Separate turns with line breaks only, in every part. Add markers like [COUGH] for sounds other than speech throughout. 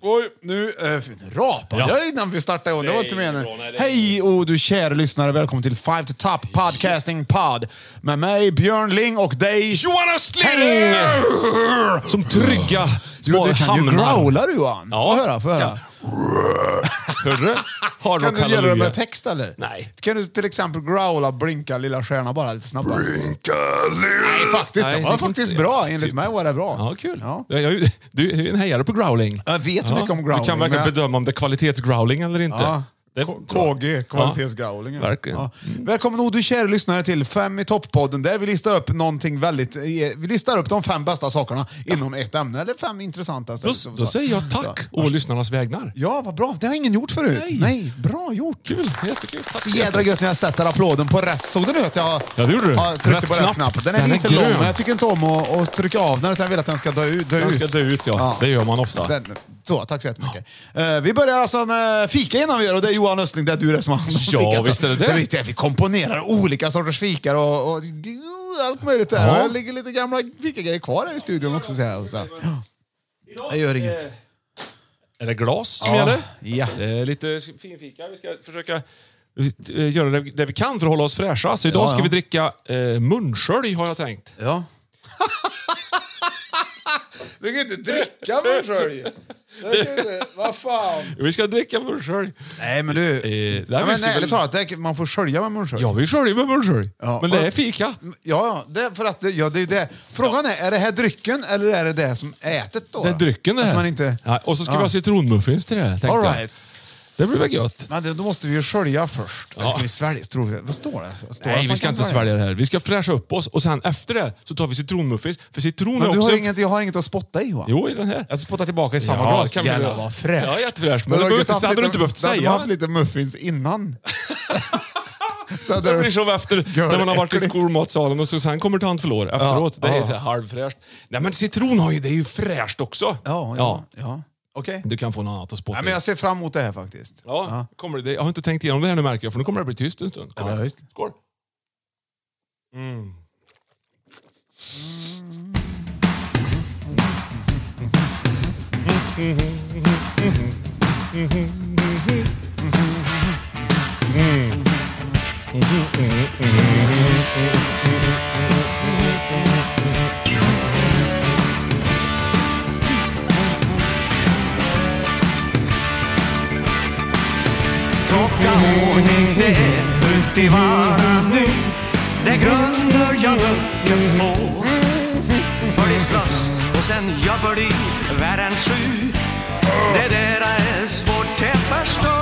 Oj, nu äh, rapade
Ja.
jag innan vi startade igång. Det var inte
Nej,
meningen.
bra, nej, det är
Hej och du kära lyssnare. Välkommen till Five to Top Podcasting Pod. Med mig Björn Ling och dig...
Johanna Sling!
Hej!
Som trygga
Jo,
små
du kan ju
hamnar.
growla du Johan.
Ja.
Får jag höra? Får jag höra?
Hörru, Hard
Kan
rock
du göra det
halleluja.
med text eller?
Nej.
Kan du till exempel growla, blinka lilla stjärna bara lite snabbare? Nej, faktiskt.
Nej,
det
det
var
kan
faktiskt
inte säga.
bra. Enligt mig var det bra.
Ja, kul.
Ja.
Jag, jag, du är ju en hejare på growling.
Jag vet mycket om growling,
Du kan verkligen
men-
bedöma om det är kvalitetsgrowling eller inte.
Ja.
Det-
K- KG, kvalitetsgrowlingen.
Ja, verkligen.
Välkommen och du kära lyssnare till Fem i topp-podden där vi listar upp någonting väldigt... eh, Vi listar upp de fem bästa sakerna inom ett ämne, eller fem intressanta.
Då, då säger jag tack å lyssnarnas vägnar.
Ja, vad bra. Det har ingen gjort förut. Nej,
Nej.
bra gjort.
Kul, jättekul. Tack
Så
så
jädra
jättemycket.
gött när jag sätter applåden på rätt. Såg du nu att jag
Ja, det gjorde du.
har tryckte
Rätt
på rätt knapp?
knapp.
Den är
Den är
lite lång,
grön.
men jag tycker inte om att, att trycka av den utan jag vill att den ska dö, ut- dö
Den
ut.
ska dö ut, ja. Det gör man ofta.
Den, så, tack så jättemycket. Eh, vi börjar alltså med fika innan vi gör och det är Johan Östling, det är du det som har hand om
Ja,
fikat.
visst är det det.
det är viktigt. Vi komponerar olika sorters fikar och, och allt möjligt. Där.
Ja.
Det ligger lite gamla fikagrejer kvar här i studion också. Så här, så här. Det gör inget.
Eh, Är det glas som
Ja.
gäller?
Ja.
Det är lite finfika. Vi ska försöka eh, göra det- det vi kan för att hålla oss fräscha. Så idag
Ja, ja.
ska vi dricka eh, munskölj, har jag tänkt.
Ja. [LAUGHS] du kan ju inte dricka munskölj.
[LAUGHS]
Det kan ju inte- Vad fan.
Vi ska dricka munskölj.
Nej, men du.
det här
ja, men, nej,
visste väl-
ärligt talat, det- man får skölja med munskölj.
Ja, vi sköljer med munskölj.
Ja.
Men det är fika.
Ja, ja, det är för att det, ja, det är ju det. Frågan är, är det här drycken eller är det det som ätet då?
Det är drycken det här.
Alltså man inte...
ja, och så ska
Ja.
vi ha citronmuffins till det här, tänkte
All
jag.
right.
Det blir väl gött?
Men det, då måste vi ju skölja först. Eller
Ja.
ska vi svälja? Tror vi, vad står det? Står det att
Nej,
man
vi ska
kan
inte svälja det här. Vi ska fräscha upp oss och sen efter det så tar vi citronmuffins. För citron är
Men du
också...
har
en-
ju inget, jag har inget att spotta i Johan.
Jo, i den här.
Jag spottar tillbaka i samma
Ja,
glas.
kan vi
Jävlar
göra.
vad fräscht.
Ja, jättefräscht. Men
då
du
har
behövde-
gett haft
hade du
lite-
inte behövt
då hade
säga.
man haft lite muffins
[LAUGHS]
innan. så hade
Det blir
du-
som efter, när man har varit i
äckligt.
skolmatsalen och så sen kommer tant för lår efteråt.
Ja,
det är
ja.
så här halvfräscht. Nej men citron har ju, det är ju fräscht också.
Ja, ja. ja. Okej.
Du kan få något annat att spotta
Nej,
i.
men jag ser fram emot det här faktiskt. [LAUGHS]
Ja, Kommer det, jag har inte tänkt igenom det här nu märker jag, för nu kommer det bli tyst en stund. Kom
Ja,
igen.
visst.
Skål!
Plocka ordning det är uti vara nu Det grunder jag upp på För de slåss och sen jobbar de värre än sju Det er, där är svårt att förstå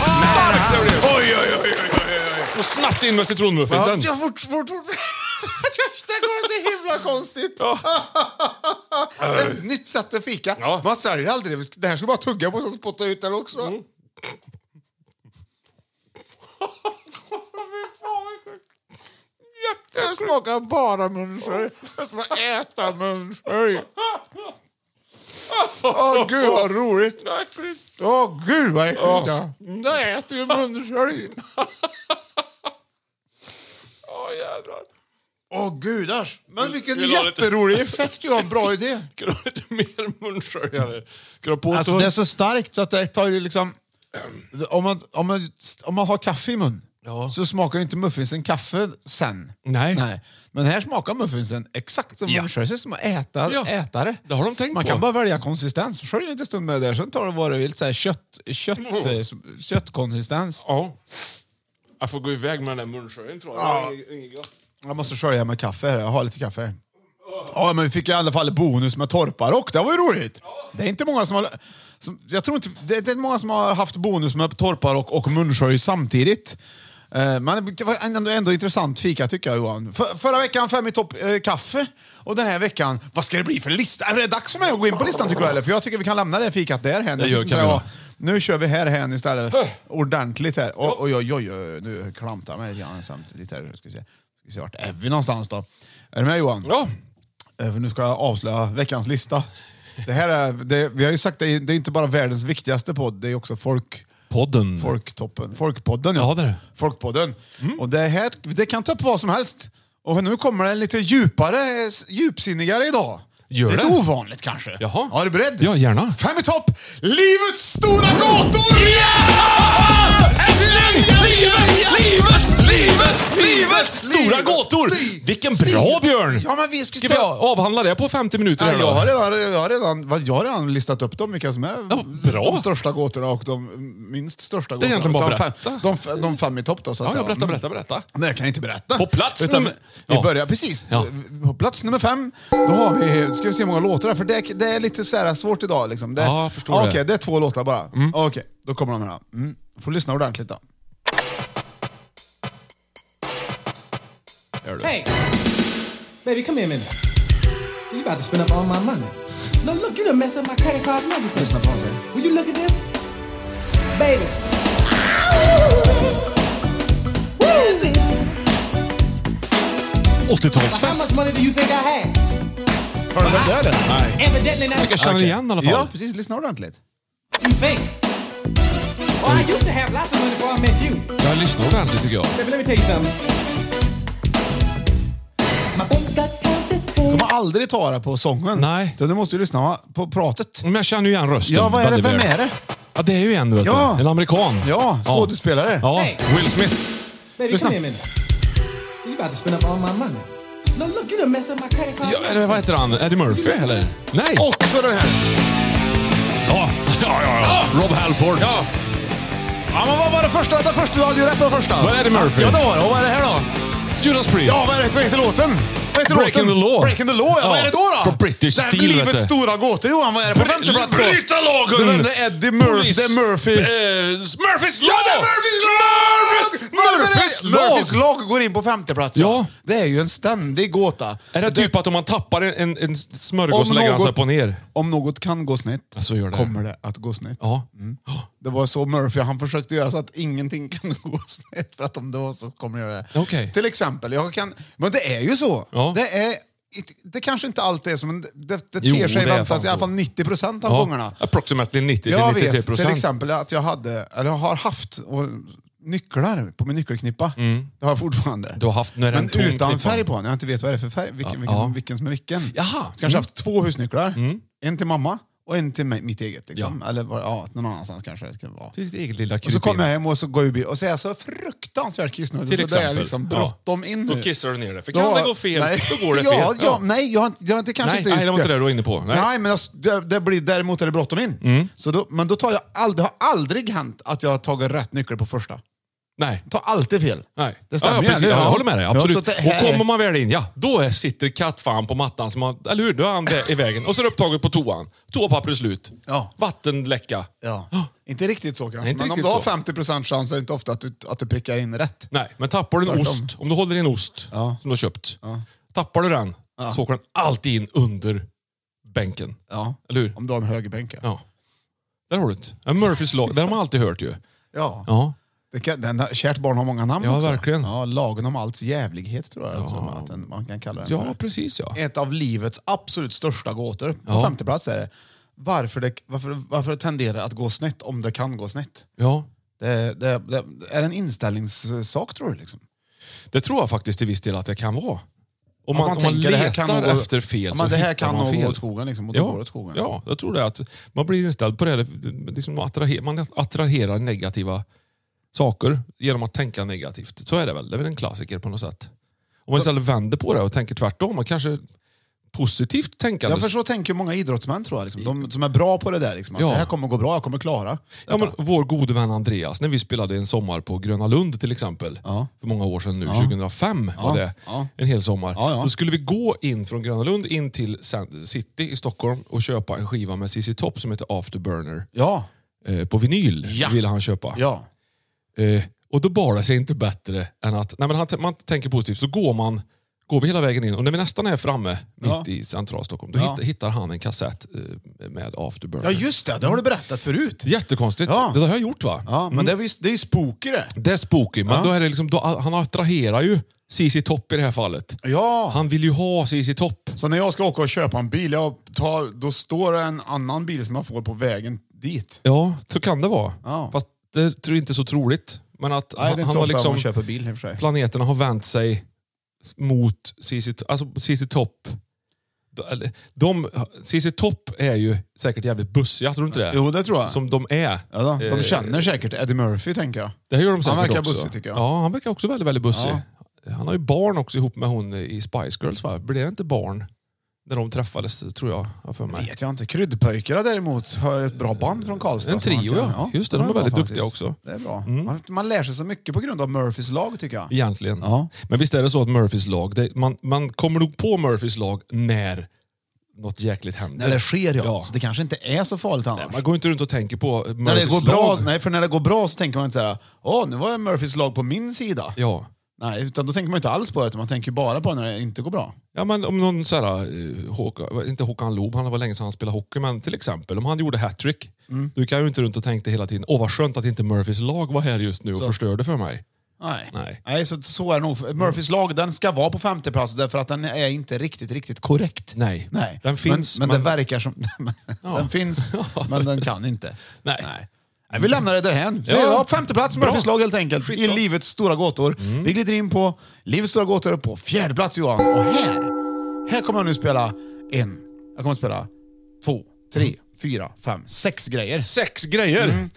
Starkt det blev!
Oj, oj, oj, oj, oj.
Och snabbt in med citronmuffinsen.
Ja, fort, fort, fort. [LAUGHS] Det kommer så himla konstigt. [LAUGHS] Ett nytt sätt att fika.
Ja.
Man säljer aldrig det. Det här ska bara tugga på och spotta ut den också. [LAUGHS] Mm. Jag smakar bara munskölj. Jag ska bara äta munskölj. Åh gud vad roligt!
Tack för det.
Åh gud vad äckligt! ja. Det äter ju munskölj!
Åh jävlar.
Åh gudars! Men vilken
vill du ha lite-
jätterolig effekt du har, en bra [LAUGHS] idé!
Ska du ha lite mer munsköljare? Ska du ha på
Alltså
ett-
det är så starkt så att det tar ju liksom... Om man, om man, om man har kaffe i mun
Ja.
så smakar ju inte muffinsen kaffe sen.
Nej.
Men här smakar muffinsen exakt som
Ja.
ja. munskölj. Det är som att äta,
Ja.
ätare.
Det har de tänkt
man
på.
kan bara välja konsistens. Skölj lite stund med det där, sen tar du vad du vill. Så här, kött, kött,
Mm.
eh, köttkonsistens.
Ja. Jag får gå iväg med den där munsköljen tror jag.
Ja.
Det är inget gott.
Jag måste skölja med kaffe här. Jag har lite kaffe här. Ja, men vi fick i alla fall bonus med torparrock. Det var ju roligt. Det är inte många som har... Som, jag tror inte... Det är inte många som har haft bonus med torparrock och munskölj samtidigt. Eh, Men det var ändå, ändå intressant fika tycker jag Johan. För, förra veckan fem i topp eh, kaffe och den här veckan, vad ska det bli för lista? Är det dags för mig att gå in på listan tycker du eller? För jag tycker vi kan lämna det fikat där hän.
Det gör
tycker
kan vi
jag-
då.
Nu kör vi här hän istället. Ordentligt här. Och, och jag, jag, jag, nu klantar jag mig lite grann samtidigt här. Ska vi, se. ska vi se vart är vi någonstans då? Är du med Johan?
Ja.
Eh, För nu ska jag avslöja veckans lista. Det här är, det, vi har ju sagt det, är- det är inte bara världens viktigaste podd, det är också folk...
Podden.
Folktoppen. Folkpodden, ja.
Mm. Ja, det Mm. är det.
Folkpodden. Och det, här, det kan ta upp vad som helst. Och nu kommer det en lite djupare, eh, djupsinnigare idag.
Gör
lite
det?
ovanligt kanske.
Jaha.
Ja, är du beredd?
Ja, gärna.
Fem i topp! Livets stora gator! Ja! Livet, livet, livet, livet, livet!
Stora gåtor!
Sti-
Vilken
sti-
bra Björn!
Ja, men vi ska...
Ska vi avhandla det på 50 minuter?
Nej,
här
jag,
då?
har redan, jag, har redan, vad- jag har redan listat upp dem, vilka som är
Ja, bra.
de största gåtorna och de minst största
är egentligen
gåtorna.
bara
de,
berätta.
fem, de, f- de fem i topp då, så att
Ja,
säga.
jag berätta,
Mm.
berätta, berätta.
Nej, jag kan inte berätta.
På plats
Utan
nummer-
Vi
Ja.
börjar precis.
Ja.
På plats nummer fem, då har vi, ska vi se hur många låtar det är, för det, det är lite så här svårt idag. Liksom. Det,
Ja, jag förstår
Okej,
det. Mm.
det är två låtar bara. Okej, då kommer de här. Mm. Får lyssna ordentligt då. Gör du.
Hey, baby, come here a minute. You about to spend up all my money. No, look, you done messed up my credit cards and everything.
Lyssna på honom sen.
Will you look at this? Baby. Woo, baby. How much
80-talsfest.
money do you think I had?
Hör du vem det är eller?
Evidently not
Jag känner
Okej.
igen i alla fall.
Ja, precis. Lyssna ordentligt.
what you think. Well, I used to have lots of money before I met you.
Jag lyssnar ordentligt tycker jag.
Baby, let me tell you something. My bank account is full.
kommer aldrig ta vara på sången.
Nej.
Utan Du måste ju lyssna på pratet.
Men jag känner ju igen rösten.
Ja, vad är det?
väldigt
Vem
väl.
är det?
Ja, det är ju en, vet du.
Ja.
En amerikan.
Ja, skådespelare.
Ja,
Hey.
Will Smith.
Baby,
Lyssna.
come here a minute. You about to spend up all my money. No, look, you done messed up my credit card.
Ja, eller vad heter han? Eddie Murphy, eller? Nej!
Också den här.
Ja, ja, ja, ja. Rob Halford.
Ja. Ja, men vad var det första? Det första du hade ju rätt på det första.
Var det Eddie Murphy?
Ja, det var det. Och vad är det här då?
Judas Priest.
Ja, vad, är det, vad heter låten? Vad heter
Breaking
låten?
the law.
Breaking the law, ja. Vad
Ja,
är det då? då?
från British
det här
Steel,
blir
vet
livets
du.
stora gåtor, Johan. Vad är det på femte plats då?
Bryta
Du
lagen!
nämnde Eddie Murphy. Det är Murphy.
Eh, Murphys lag!
Ja, det är Murphys lag!
Murphys lag!
Murphys lag går in på femte plats.
Ja.
Det är ju en ständig gåta.
Är det typ att om man tappar en, en, en smörgås så lägger han sig upp och ner?
om något kan gå snett
Ja, så gör det.
kommer det att gå snett.
Ja.
Det var så Murphy, han försökte göra så att ingenting [LAUGHS] kunde gå snett. För att om det var så kommer det göra det.
Okej.
Till exempel, jag kan... Men det är ju så.
Ja.
Det är... Det kanske inte alltid är så, men det, det
Jo,
ter sig
det är
vantas
fan
i alla
så.
fall 90 procent av gångerna.
Approximately 90 till
Jag
93
vet till
procent.
exempel att jag hade, eller jag har haft och, nycklar på min nyckelknippa. Det har jag fortfarande.
Mm. Du har haft- nu är det
Men
en tom
utan
knippa.
färg på den. Jag inte vet vad det är för färg. Vilken, vilken,
ja.
vilken som är vilken.
Jaha. Mm.
Så kanske jag haft två husnycklar. En till mamma och en till mig, mitt eget. Liksom. Eller var- ja, någon annanstans kanske det ska vara.
Ditt eget lilla
Och så
krypin.
kommer jag hem och så går jag ur bilen och så är jag så fruktansvärt kissnödig
Till
så det är
exempel.
liksom
Ja.
bråttom in nu.
Då kissar du ner det. För kan det gå fel,
nej.
då går det fel.
Ja, ja, Nej, jag, har inte- jag, har inte kanske
Nej,
inte
nej,
just
det var inte det du var inne på.
Nej,
Nej. Mm.
men jag, det, det blir, däremot är det bråttom in. Så då, men då tar jag all, det har aldrig hänt att jag har tagit rätt nyckel på första.
Nej.
Ta alltid fel.
Nej.
Det stämmer
ja, ja,
ju,
precis.
eller hur?
Jag håller med dig,
Ja, så att
absolut.
det här-
Och kommer man väl in, ja, då är, sitter kattfan på mattan, som har, eller hur? Då är han vä- i vägen. Och så är det upptaget på toan. Toapappret är slut.
Ja.
Vattenläcka.
Ja. Inte riktigt så kanske,
Nej, inte
men om
riktigt
du har
så.
50 chans är det inte ofta att du, att du prickar in rätt.
Nej, men tappar du en
Tvärtom.
ost, om du håller i en ost
Ja.
som du har köpt. Tappar du den, så åker den alltid in under bänken.
Ja.
Eller hur?
Om du har en högerbänk. Ja.
Ja. Där har du det. Ja, Murphys lag, det har man alltid hört ju.
Ja.
Ja.
Det kan, den, kärt barn har många namn
Ja,
också.
verkligen.
Ja, lagen om alls jävlighet tror jag som att den, man kan kalla den
Ja,
för.
precis ja.
Ett av livets absolut största gåtor. På
Ja.
femte plats är det. varför det, varför, varför det tenderar att gå snett om det kan gå snett.
Ja,
Det, det, det är en inställningssak tror du? Liksom.
det tror jag faktiskt till viss del att det kan vara. Om man,
Att
om man
tänker,
letar
det här kan nog gå-
efter fel
ja,
så
men Det här
hittar
kan
man
nog
fel.
gå åt skogen liksom, och det går åt skogen.
Ja, jag tror det. Att man blir inställd på det. här. Det- Liksom attraher, man attraherar negativa saker genom att tänka negativt. Så är det väl. Det är väl en klassiker på något sätt. Om man istället vänder på det och tänker tvärtom och kanske positivt tänkande.
Ja, för så tänker många idrottsmän tror jag. Liksom. De som är bra på det där. Liksom. Att
Ja.
Det här kommer gå bra, jag kommer klara.
Ja, men vår gode vän Andreas, när vi spelade en sommar på Gröna Lund till exempel, för många år sedan nu, 2005 var det,
ja.
en hel sommar.
Ja, ja.
Då skulle vi gå in från Gröna Lund in till Sand- city i Stockholm och köpa en skiva med ZZ Top som heter Afterburner
Ja.
eh, på vinyl.
Ja.
ville han köpa.
ja.
Eh, och då bar det sig inte bättre än att nej, men han, man tänker positivt, så går man går vi hela vägen in och när vi nästan är framme mitt
Ja.
i centrala Stockholm, då
Ja.
hittar, hittar han en kassett eh, med Afterburner.
Ja, just det. Det har du berättat förut.
Jättekonstigt.
Ja.
Det har jag gjort va? Mm.
Ja, men det är ju det är ju spooky det.
Det är spooky, men
Ja.
då är det liksom, då, han attraherar ju CC Topp i det här fallet.
Ja.
Han vill ju ha CC Topp.
Så när jag ska åka och köpa en bil, jag tar, då står det en annan bil som jag får på vägen dit.
Ja, så kan det vara.
Ja.
Fast det tror jag inte är så troligt. Men att
Nej, det är
han,
inte
han
så
har
ofta
liksom,
man köper bil i och för sig.
planeterna har vänt sig mot CC, Topp- alltså CC Topp. De- eller, De, CC Topp är ju säkert jävligt bussiga, tror du inte det?
Jo, det tror jag.
Som de är.
Ja, då. De
Eh,
känner säkert Eddie Murphy, tänker jag.
Det här gör de säkert
Han verkar
också.
bussig, tycker jag.
Ja, han verkar också väldigt, väldigt bussig. Han har ju barn också ihop med hon i Spice Girls va? Blev det inte barn när de träffades, tror jag. har jag för mig.
vet jag inte. Kryddpöjkarna däremot har ett bra band från Karlstad.
En trio, ja. Just det, de är
bra
väldigt duktiga också. Mm.
Det är bra. Man, man lär sig så mycket på grund av Murphys lag, tycker jag.
Egentligen.
Ja.
Men visst är det så att Murphys lag, det, man, man kommer nog på Murphys lag när något jäkligt händer.
När det sker, ja.
Ja.
Så det kanske inte är så farligt annars.
Man går inte runt och tänker på Murphys
när det går bra,
lag.
nej, för när det går bra så tänker man inte så här, åh, nu var det Murphys lag på min sida.
Ja.
Nej, utan då tänker man inte alls på det, utan man tänker bara på när det inte går bra.
Ja, men om någon så här, eh, Håkan, inte Håkan Loob, han var länge sedan han spelade hockey, men till exempel om han gjorde hattrick,
Mm.
då gick jag ju inte runt och tänkte hela tiden, åh vad skönt att inte Murphys lag var här just nu och förstörde för mig.
Nej.
Nej.
så, så är det nog. Murphys lag den ska vara på femte plats därför att den är inte riktigt, riktigt korrekt.
Nej.
Nej.
Den finns,
men, men
men-
den verkar som... [LAUGHS] den
[LAUGHS]
finns, men den kan inte.
Nej.
Nej, vi lämnar det därhän. Det
Ja.
var femte plats
Bra.
Murphys lag helt enkelt, i
Skitbra. Mm.
Livets stora gåtor. Vi glider in på Livets stora gåtor på fjärde plats Johan. Och här, här kommer jag nu spela en, jag kommer spela två, tre, fyra, fem, sex grejer.
Sex grejer!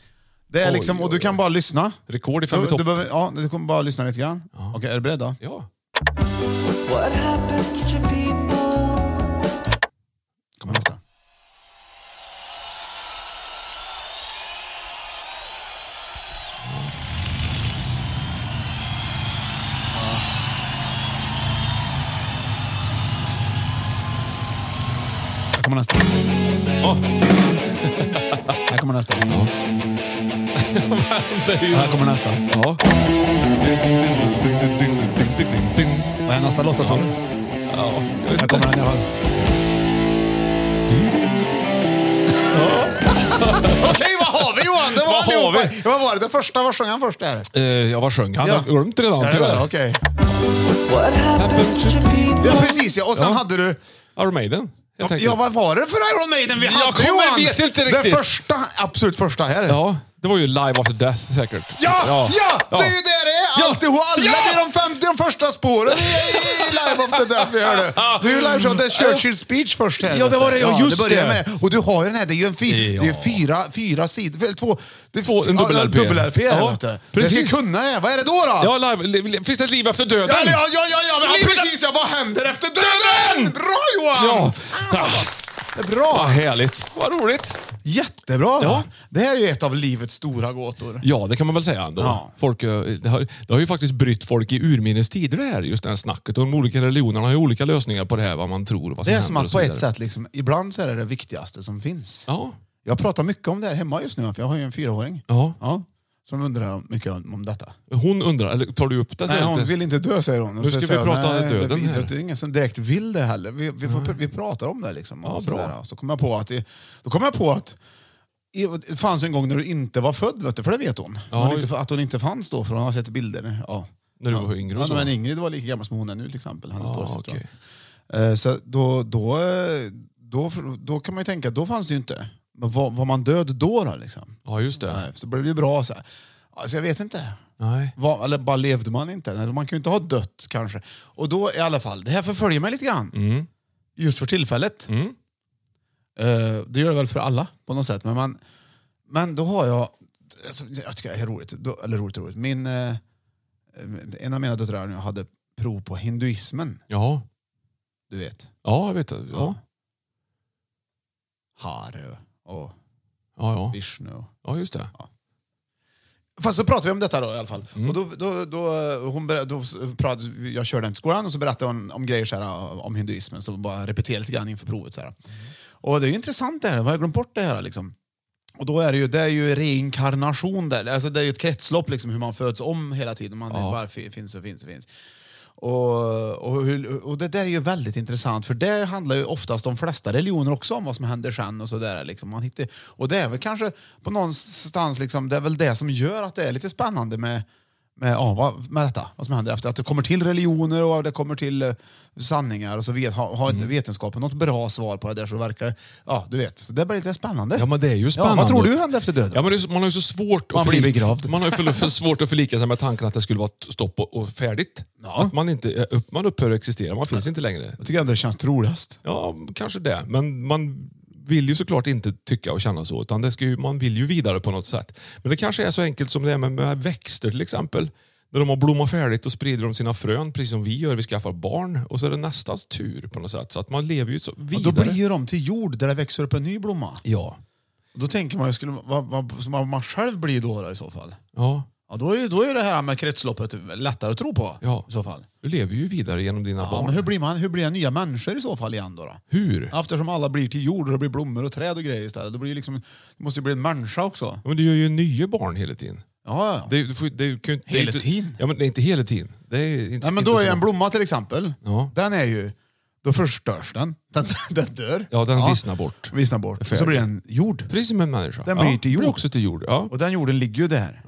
Det är
Oj,
liksom, och
oj,
du kan
oj.
bara lyssna.
Rekord i fem
Mm.
i
Du,
topp.
du, behöver, ja, du kommer bara lyssna lite grann. Okej, är du beredd då?
Ja.
Kommer nästa. Här kommer nästa.
Åh.
Här kommer nästa.
Det är ju...
Här kommer nästa.
Ja.
Vad är nästa låt då, tror du?
Ja, jag vet
Här kommer
inte.
den i alla fall. Okej, vad har vi Johan? Det var
Vad har
allihopa.
vi?
Vad var det? Det första, vad sjöng han först där?
Eh, Ja, vad sjöng han?
Ja.
Gjorde de inte det
Ja,
redan?
det var det,
Tyvärr.
Okej.
Happened to people.
Ja, precis ja. Och sen
Ja.
hade du...
Iron Maiden, helt enkelt.
Ja, vad var det för Iron Maiden vi
Jag
hade
kommer-
Johan?
vet inte
Det
riktigt.
första, absolut första här.
Ja, det var ju Live After Death säkert.
Ja, ja, det är ju det det är!
Ja.
Alltihop, alla,
Ja.
det är de 50 de första spåren i, i Live After Death vi hörde. Det är ju live show, det är Churchill speech först här.
Ja, det var det, ja, just
börjar
det.
med Och du har ju den här, det är ju en fin,
Ja.
det är fyra, fyra sidor, eller två, det är
Två- en
ja,
dubbel LP.
dubbel LP här,
Ja,
vet du. Jag
precis.
ska kunna det här. vad är det då då?
Ja, live, li- li- finns det ett liv efter döden?
Ja, ja, ja, ja, ja, men, ja
Livet-
precis ja, vad händer efter döden? Bra Johan!
Ja.
Fan, vad- det är Bra!
Vad härligt. Vad roligt.
Jättebra!
Ja.
Det här är ju ett av livets stora gåtor.
Ja, det kan man väl säga ändå.
Ja.
Folk, eh, det, har, det har ju faktiskt brytt folk i urminnes tider det här, just det här snacket. Och de olika religionerna har ju olika lösningar på det här, vad man tror och vad som
Det är
händer
som
och
att
så
på ett
vidare.
sätt, liksom, ibland så är det det viktigaste som finns.
Ja.
Jag pratar mycket om det här hemma just nu, för jag har ju en fyraåring.
ja.
Ja, som undrar mycket om, om detta.
Hon undrar, eller tar du upp det?
Nej,
så
hon
att-
vill inte dö säger hon. Och
Nu
så
ska
säger
vi
jag,
prata
nej,
döden
det,
här.
det är ingen som direkt vill det heller. Vi, vi, får, vi pratar om det liksom. och
Ja,
sådär.
bra.
Och Så kom jag på att det, då kom jag på att det fanns en gång när du inte var född, vet du, för det vet hon.
Ja,
hon inte, att hon inte fanns då, för hon har sett bilder. Ja.
När du
ja.
var yngre och
ja,
så. Ah,
Men Ingrid var lika gammal som hon är nu till exempel. Hennes
Ja,
storasyster.
okej.
Eh, Så Eh, då, då, eh, då, då kan man ju tänka, då fanns det ju inte. Men var, var man död då? då liksom?
Ja, just det.
Nej, så blev det ju bra. Så här. Alltså, jag vet inte.
Nej.
Var, eller bara levde man inte? Nej, Man kan ju inte ha dött kanske. Och då i alla fall, det här förföljer mig lite grann.
Mm.
Just för tillfället. Eh, det gör det väl för alla på något sätt. Men, man, men då har jag, alltså, jag tycker det här är roligt, då, eller roligt roligt. Min, eh, en av mina döttrar nu hade prov på hinduismen,
Ja.
du vet.
ja, jag vet. det. Ja.
Haru och
Ja, ja.
Vishnu.
ja, just det.
Fast så pratade vi om detta då i alla fall. Och då, då, då, hon ber- då pratade, jag körde henne till skolan och så berättade hon om grejer så här, om hinduismen, så bara repeterade lite grann inför provet. Så här. Och det är ju intressant det här, vad har jag glömt bort det här liksom? Och då är det ju, det är ju reinkarnation där, alltså det är ju ett kretslopp liksom hur man föds om hela tiden. Man bara fin- finns och finns och finns. Och, och, hur, och det där är ju väldigt intressant, för det handlar ju oftast de flesta religioner också om vad som händer sen. Och, så där, liksom. Man hittar, och det är väl kanske på någonstans liksom, det är väl det som gör att det är lite spännande med, med, ja, vad- med detta, vad som händer efter. Att det kommer till religioner och det kommer till eh, sanningar och så vet, har, har
Mm.
inte vetenskapen något bra svar på det där så verkar det- ja du vet, så det blir lite spännande.
Ja, men det är ju
Ja,
spännande.
vad tror du händer efter döden?
Ja, men det är, så- man har ju så svårt
Man
att
blir
förli-
begravd.
Man har ju för, för svårt att förlika sig med tanken att det skulle vara ett stopp och, och färdigt. Att man, inte, eh, upp, man upphör att existera, man finns inte längre.
Jag tycker ändå det känns troligast.
Ja, kanske det. Men man vill ju såklart inte tycka och känna så, utan det ska ju, man vill ju vidare på något sätt. Men det kanske är så enkelt som det är med, med växter till exempel. När de har blommat färdigt och sprider de sina frön, precis som vi gör, vi skaffar barn. Och så är det nästas tur på något sätt. Så att man lever ju så
Och
vidare.
då blir ju de till jord där det växer upp en ny blomma.
Ja.
Då tänker man ju, skulle, vad, vad, som man- man själv blir då, då i så fall?
Ja,
Ja, då, är, ju- då är ju det här med kretsloppet lättare att tro på
Ja.
i så fall.
du lever ju vidare genom dina
Ja,
barn.
men hur blir, man, hur blir nya människor i så fall igen då? då?
Hur?
Eftersom alla blir till jord och det blir blommor och träd och grejer istället. Då blir det liksom, det måste ju bli en människa också.
Ja, men du gör ju nya barn hela tiden.
Ja, ja.
Det, är- du får, det, är ju- kan ju inte,
Hela
det är inte,
tiden?
Ja, men det är inte hela tiden. Det är inte,
Nej, men
inte
då
så
är en
långt.
blomma till exempel,
Ja.
den är ju, då förstörs den. Den, [LAUGHS] den dör.
Ja, den vissnar bort.
Vissnar bort. Och så blir den jord.
Precis som en människa.
Den
ja,
blir till jord.
också till jord. Ja, Mm.
Och den jorden ligger ju där.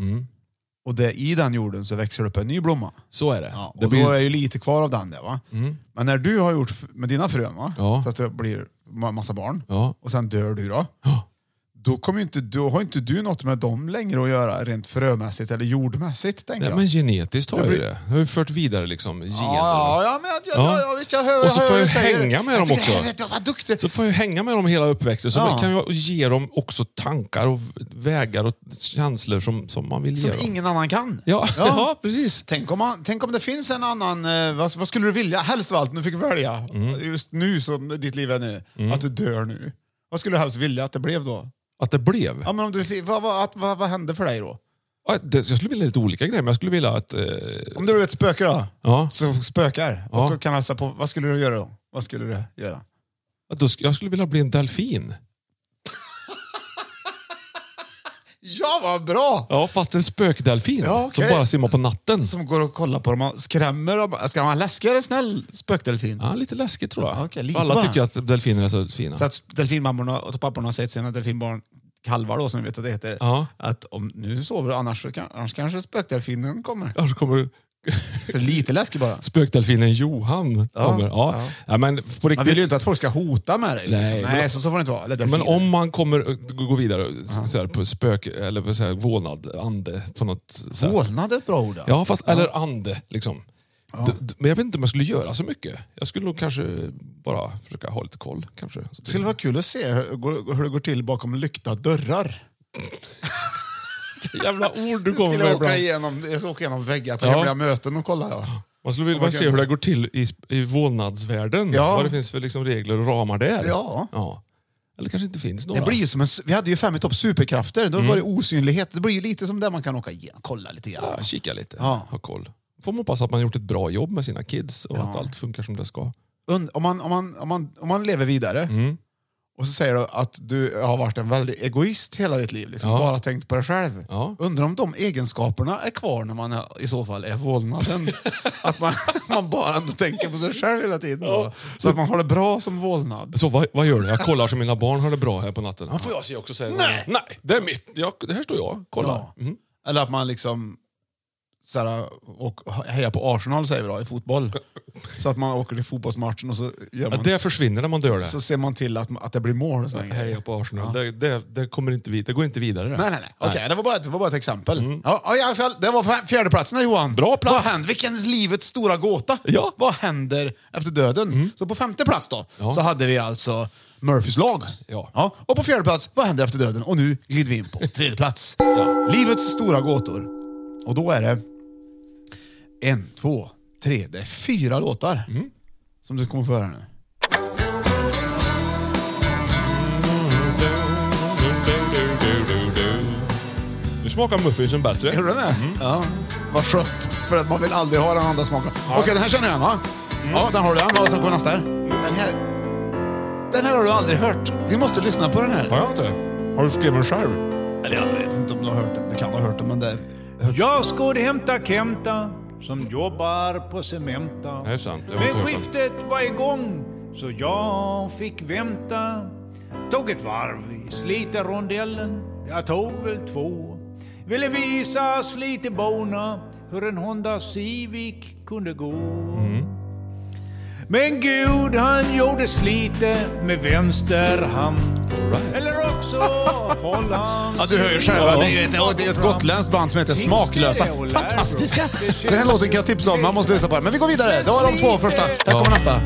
Och det, i den jorden så växer upp en ny blomma.
så är det.
Ja, och
det blir, Mm.
då är ju lite kvar av den där va. Men när du har gjort f- med dina frön va,
Ja.
så att det blir ma- massa barn
Ja.
och sen dör du då. Då, kommer ju inte, då har inte du något med dem längre att göra rent frömässigt eller jordmässigt. Tänker
Nej,
jag.
men genetiskt har
Det
jag ju
blir-
det. Jag har ju fört vidare liksom gener.
Ja, ja, ja, men jag, ja.
Ja.
Ja, visst, jag hör
Och så
jag hör
får
vad
jag
du säger.
hänga med dem
jag tycker,
också.
Helvete, vad duktig.
Så får jag hänga med dem hela uppväxten. Så
Ja.
man kan jag ge dem också tankar och vägar och känslor som, som man vill
som
ge dem.
ingen annan kan.
Ja,
Ja.
[LAUGHS] ja. precis.
Tänk om, man, tänk om det finns en annan, eh, vad, vad skulle du vilja? Helst av allt, nu fick du välja.
Mm.
Just nu, som ditt liv är nu. Att du dör nu. Vad skulle du helst vilja att det blev då?
Att det blev.
Ja, men om du, vad, vad, att- vad, vad hände för dig då?
Ja, det, jag skulle vilja lite olika grejer, men jag skulle vilja att... Eh,
Om du blev ett spöke då,
ja,
som spökar och
Ja.
kan hälsa på, vad skulle du göra då? Vad skulle du göra?
att då, sk- jag skulle vilja bli en delfin.
Ja, vad bra!
Ja, fast en spökdelfin
Ja, okej.
som bara simmar på natten.
Som går och kollar på dem och skrämmer dem. Ska de vara läskiga eller snäll spökdelfin?
Ja, lite läskigt tror jag.
Ja, okej, lite
Alla
bara.
tycker att delfiner är så fina.
Så att delfinmammorna och papporna har sett sina delfinbarn, kalvar då som vi vet att det heter,
Ja.
att om nu sover du annars, så kan, annars kanske spökdelfinen kommer.
Annars kommer
Så lite läskig bara.
spökdelfinen Johan.
Ja,
Kommer. Ja.
ja.
Ja. men på riktigt.
Man vill ju inte att folk ska hota med dig.
Nej,
liksom.
men-
Nej så, så får det inte vara. Eller
Men
delfiner.
om man kommer eh, gå vidare så så här, på spök eller vad säger jag, vålnad, ande på något sätt.
Vålnad är ett bra ord.
Ja, fast, eller ande liksom. D- d- Men jag vet inte om jag skulle göra så mycket. Jag skulle nog kanske bara försöka ha lite koll. Kanske. Alltså, Så
Det skulle vara kul att se hur, hur det går till bakom lyckta dörrar.
[LAUGHS] jävla ord du
Jag
kommer
skulle
med
åka
ibland.
igenom, jag ska åka igenom väggar på
Ja.
hemliga möten och kolla. Ja.
Man skulle vilja
man kan-
se hur det går till i, sp- i vålnadsvärlden.
Ja.
Vad det finns för liksom regler och ramar där.
Ja.
Eller kanske inte finns några.
Det blir ju som en, s- vi hade ju fem i topp superkrafter, då var det osynlighet. Det blir ju lite som där man kan åka igenom, kolla lite grann.
Ja, kika lite,
Ja.
ha koll. Får man hoppas att man gjort ett bra jobb med sina kids och att allt funkar som det ska.
Und, om, man, om, man, om, man, om man lever vidare
Mm.
och så säger du att du har varit en väldig egoist hela ditt liv, liksom,
Ja.
bara tänkt på dig själv.
Ja.
Undrar om de egenskaperna är kvar när man är, i så fall är
[LAUGHS]
vålnaden. att man, [LAUGHS] man bara ändå tänker på sig själv hela tiden. då. Så att man har det bra som vålnad.
Så vad, vad gör du? Jag kollar så mina barn har det bra här på natten. Ja, får jag se också? Säger
Nej!
Nej, det är mitt. Jag, här står jag. Kolla. Mm.
Ja. Eller att man liksom så här, och hejar på Arsenal säger vi då, i
[LAUGHS]
fotboll. Så att man åker till fotbollsmatchen och så gör
Ja,
man...
det försvinner när man dör det.
Så ser man till att, att det blir mål. och sådana grejer.
Heja på Arsenal. Det, det, det, kommer inte vid, det går inte vidare. det.
Nej, nej, nej. Okej, det, var bara ett- det var bara ett exempel. Ja, ja, i alla fall, det var f- fjärdeplatsen där, Johan.
Mm. Bra plats.
Vad händer? Vilken är livets stora gåta?
Ja. Mm.
Vad händer efter döden? Så på femte plats då, så hade vi alltså Murphys lag.
Ja.
Och på fjärde plats, vad händer efter döden? Och nu glider vi in på tredje plats. Livets stora gåtor. Och då är det en, två, tre, det är fyra låtar
Mm.
som du kommer få höra nu.
Nu smakar muffinsen bättre.
Gjorde den det?
Mm.
Ja. Vad skönt. För att man vill aldrig ha den andra smaken. Okej, den här känner jag igen va?
Mm.
Ja, den har du igen. Vad som går nästa? här? Den här... Den här har du aldrig hört. Vi måste lyssna på den här.
Har jag inte? Har du skrivit den själv?
Eller jag vet inte om du har hört den. Du kan ha hört den, men det...
Jag skulle hämta Kenta som jobbar på Cementa.
Det är sant, jag har
Men
inte hört den.
skiftet var igång så jag fick vänta. Tog ett varv i Slite-rondellen, jag tog väl två. Ville visa Sliteborna hur en Honda Civic kunde gå.
Mm.
Men Gud han gjorde Slite med vänster hand.
[LAUGHS]
Eller också höll han
Ja, du hör ju själv. va? Det är ju ett, och det är ett gotländskt band som heter Smaklösa. Fantastiska! Den här låten kan jag tipsa om. Man måste lyssna på den. Men vi går vidare. Det var de två första. Här kommer nästa.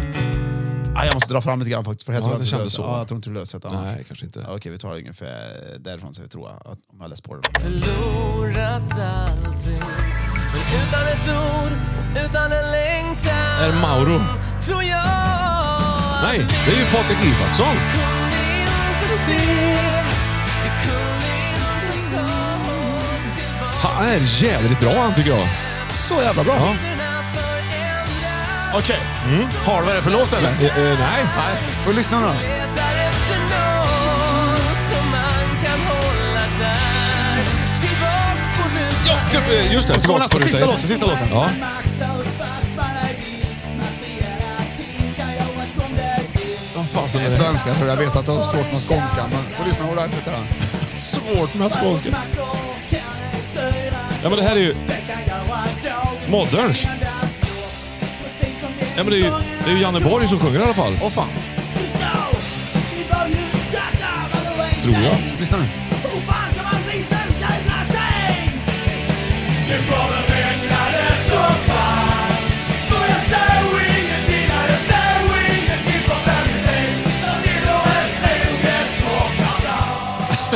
Ah, jag måste dra fram lite grann faktiskt. För jag tror
Ja,
att
det
du
kändes
löser-
så.
Ja, jag tror inte du löser det annars.
Nej, kanske inte.
Ja, Okej, vi tar det ungefär därifrån så vi tror jag, att- om jag har läst på det.
Förlorat allting Men utan ett ord, utan en längtan
Är det Mauro?
Tror jag att
Nej, det är ju Patrik Isaksson.
vi kunde inte se Vi kunde inte ta oss tillbaka
Han är jävligt bra han tycker jag.
Så jävla bra!
Ja. Mm.
Okej, har du det för låt eller?
Eh, eh, nej.
Nej, får vi lyssna nu då.
Letar efter någon som man kan hålla kär Tillbaks på rutan
Ja, typ, eh, just det.
Och så kommer
tillbaka på
nästa, sista
ruta
låten,
ett.
sista låten.
Ja. Vad fasen är det?
Svenska tror jag, jag vet att det är svårt med skånskan, men får lyssna ordentligt här.
Svårt med skånska. Ja, men det här är ju... Moderns. Ja, men det är ju, det är ju Janne Borg som sjunger i alla fall.
Åh fan,
Tror jag.
lyssna nu.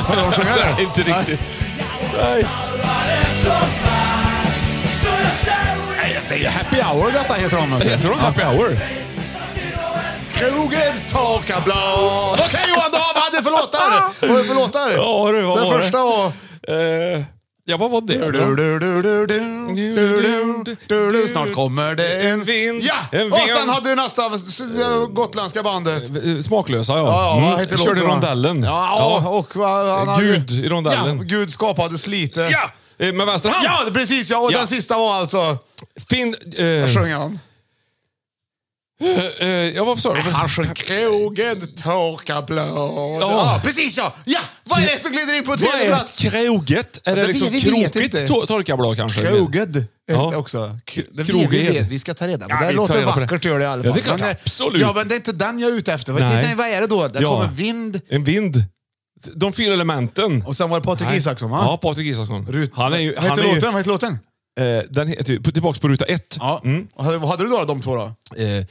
Har jag sjungit eller?
[LAUGHS] Inte riktigt. Nej.
Nej, det är ju Happy Hour detta heter de. vet du.
Heter de Happy Hour?
Krogen torkar blad. Okej Johan, då har du för låtar? Vad är det för låtar?
Ja, du, vad
Den
var det?
första var...
Eh, ja, vad var det?
Du,
då?
du, du, du, du, du, du, du, du. Snart kommer det en vind. Ja!
En
Och
vind.
sen hade du nästa eh, gotländska bandet.
Eh, Smaklösa, ja.
Ja,
Mm.
vad heter
Körde
låten, va?
rondellen.
Ja, och- och vad han hade-
Gud i rondellen.
Ja, Gud skapade Slite.
Ja! Eh, Med vänster hand.
Ja, det- precis ja. Och
Ja.
den sista var alltså...
Finn... Eh,
Sjöng han?
eh, ja, vad sa du?
Han sjöng krogen torkar blod. Ja. precis ja! Ja! Vad är det som glider in på
Vad
tredje
är
plats?
kroget? Är det
Det
liksom
vi- vi vet inte.
krokigt to- torkarblad kanske?
Kroged heter
Ja.
också. K-
K-
det-
kroged.
Vi, vet- vi ska ta reda på
Ja,
det. Det
vi tar
låter
reda på det.
vackert gör det i alla fall.
Ja, det är klart,
Men eh,
absolut.
Ja, men det är inte den jag är ute efter. Vad-
Nej.
Nej, vad är det då? Där
Ja.
kommer vind
En vind. De fyra elementen.
och sen var det Patrik
Nej.
Isaksson va?
Ja, Patrik Isaksson.
Rut-
han är ju...
vad heter
Han är
låten? Vad heter låten?
ju eh, den heter ju Tillbaks på ruta ett.
Ja.
Mm.
Och hade- Vad hade du då, de två då?
Eh,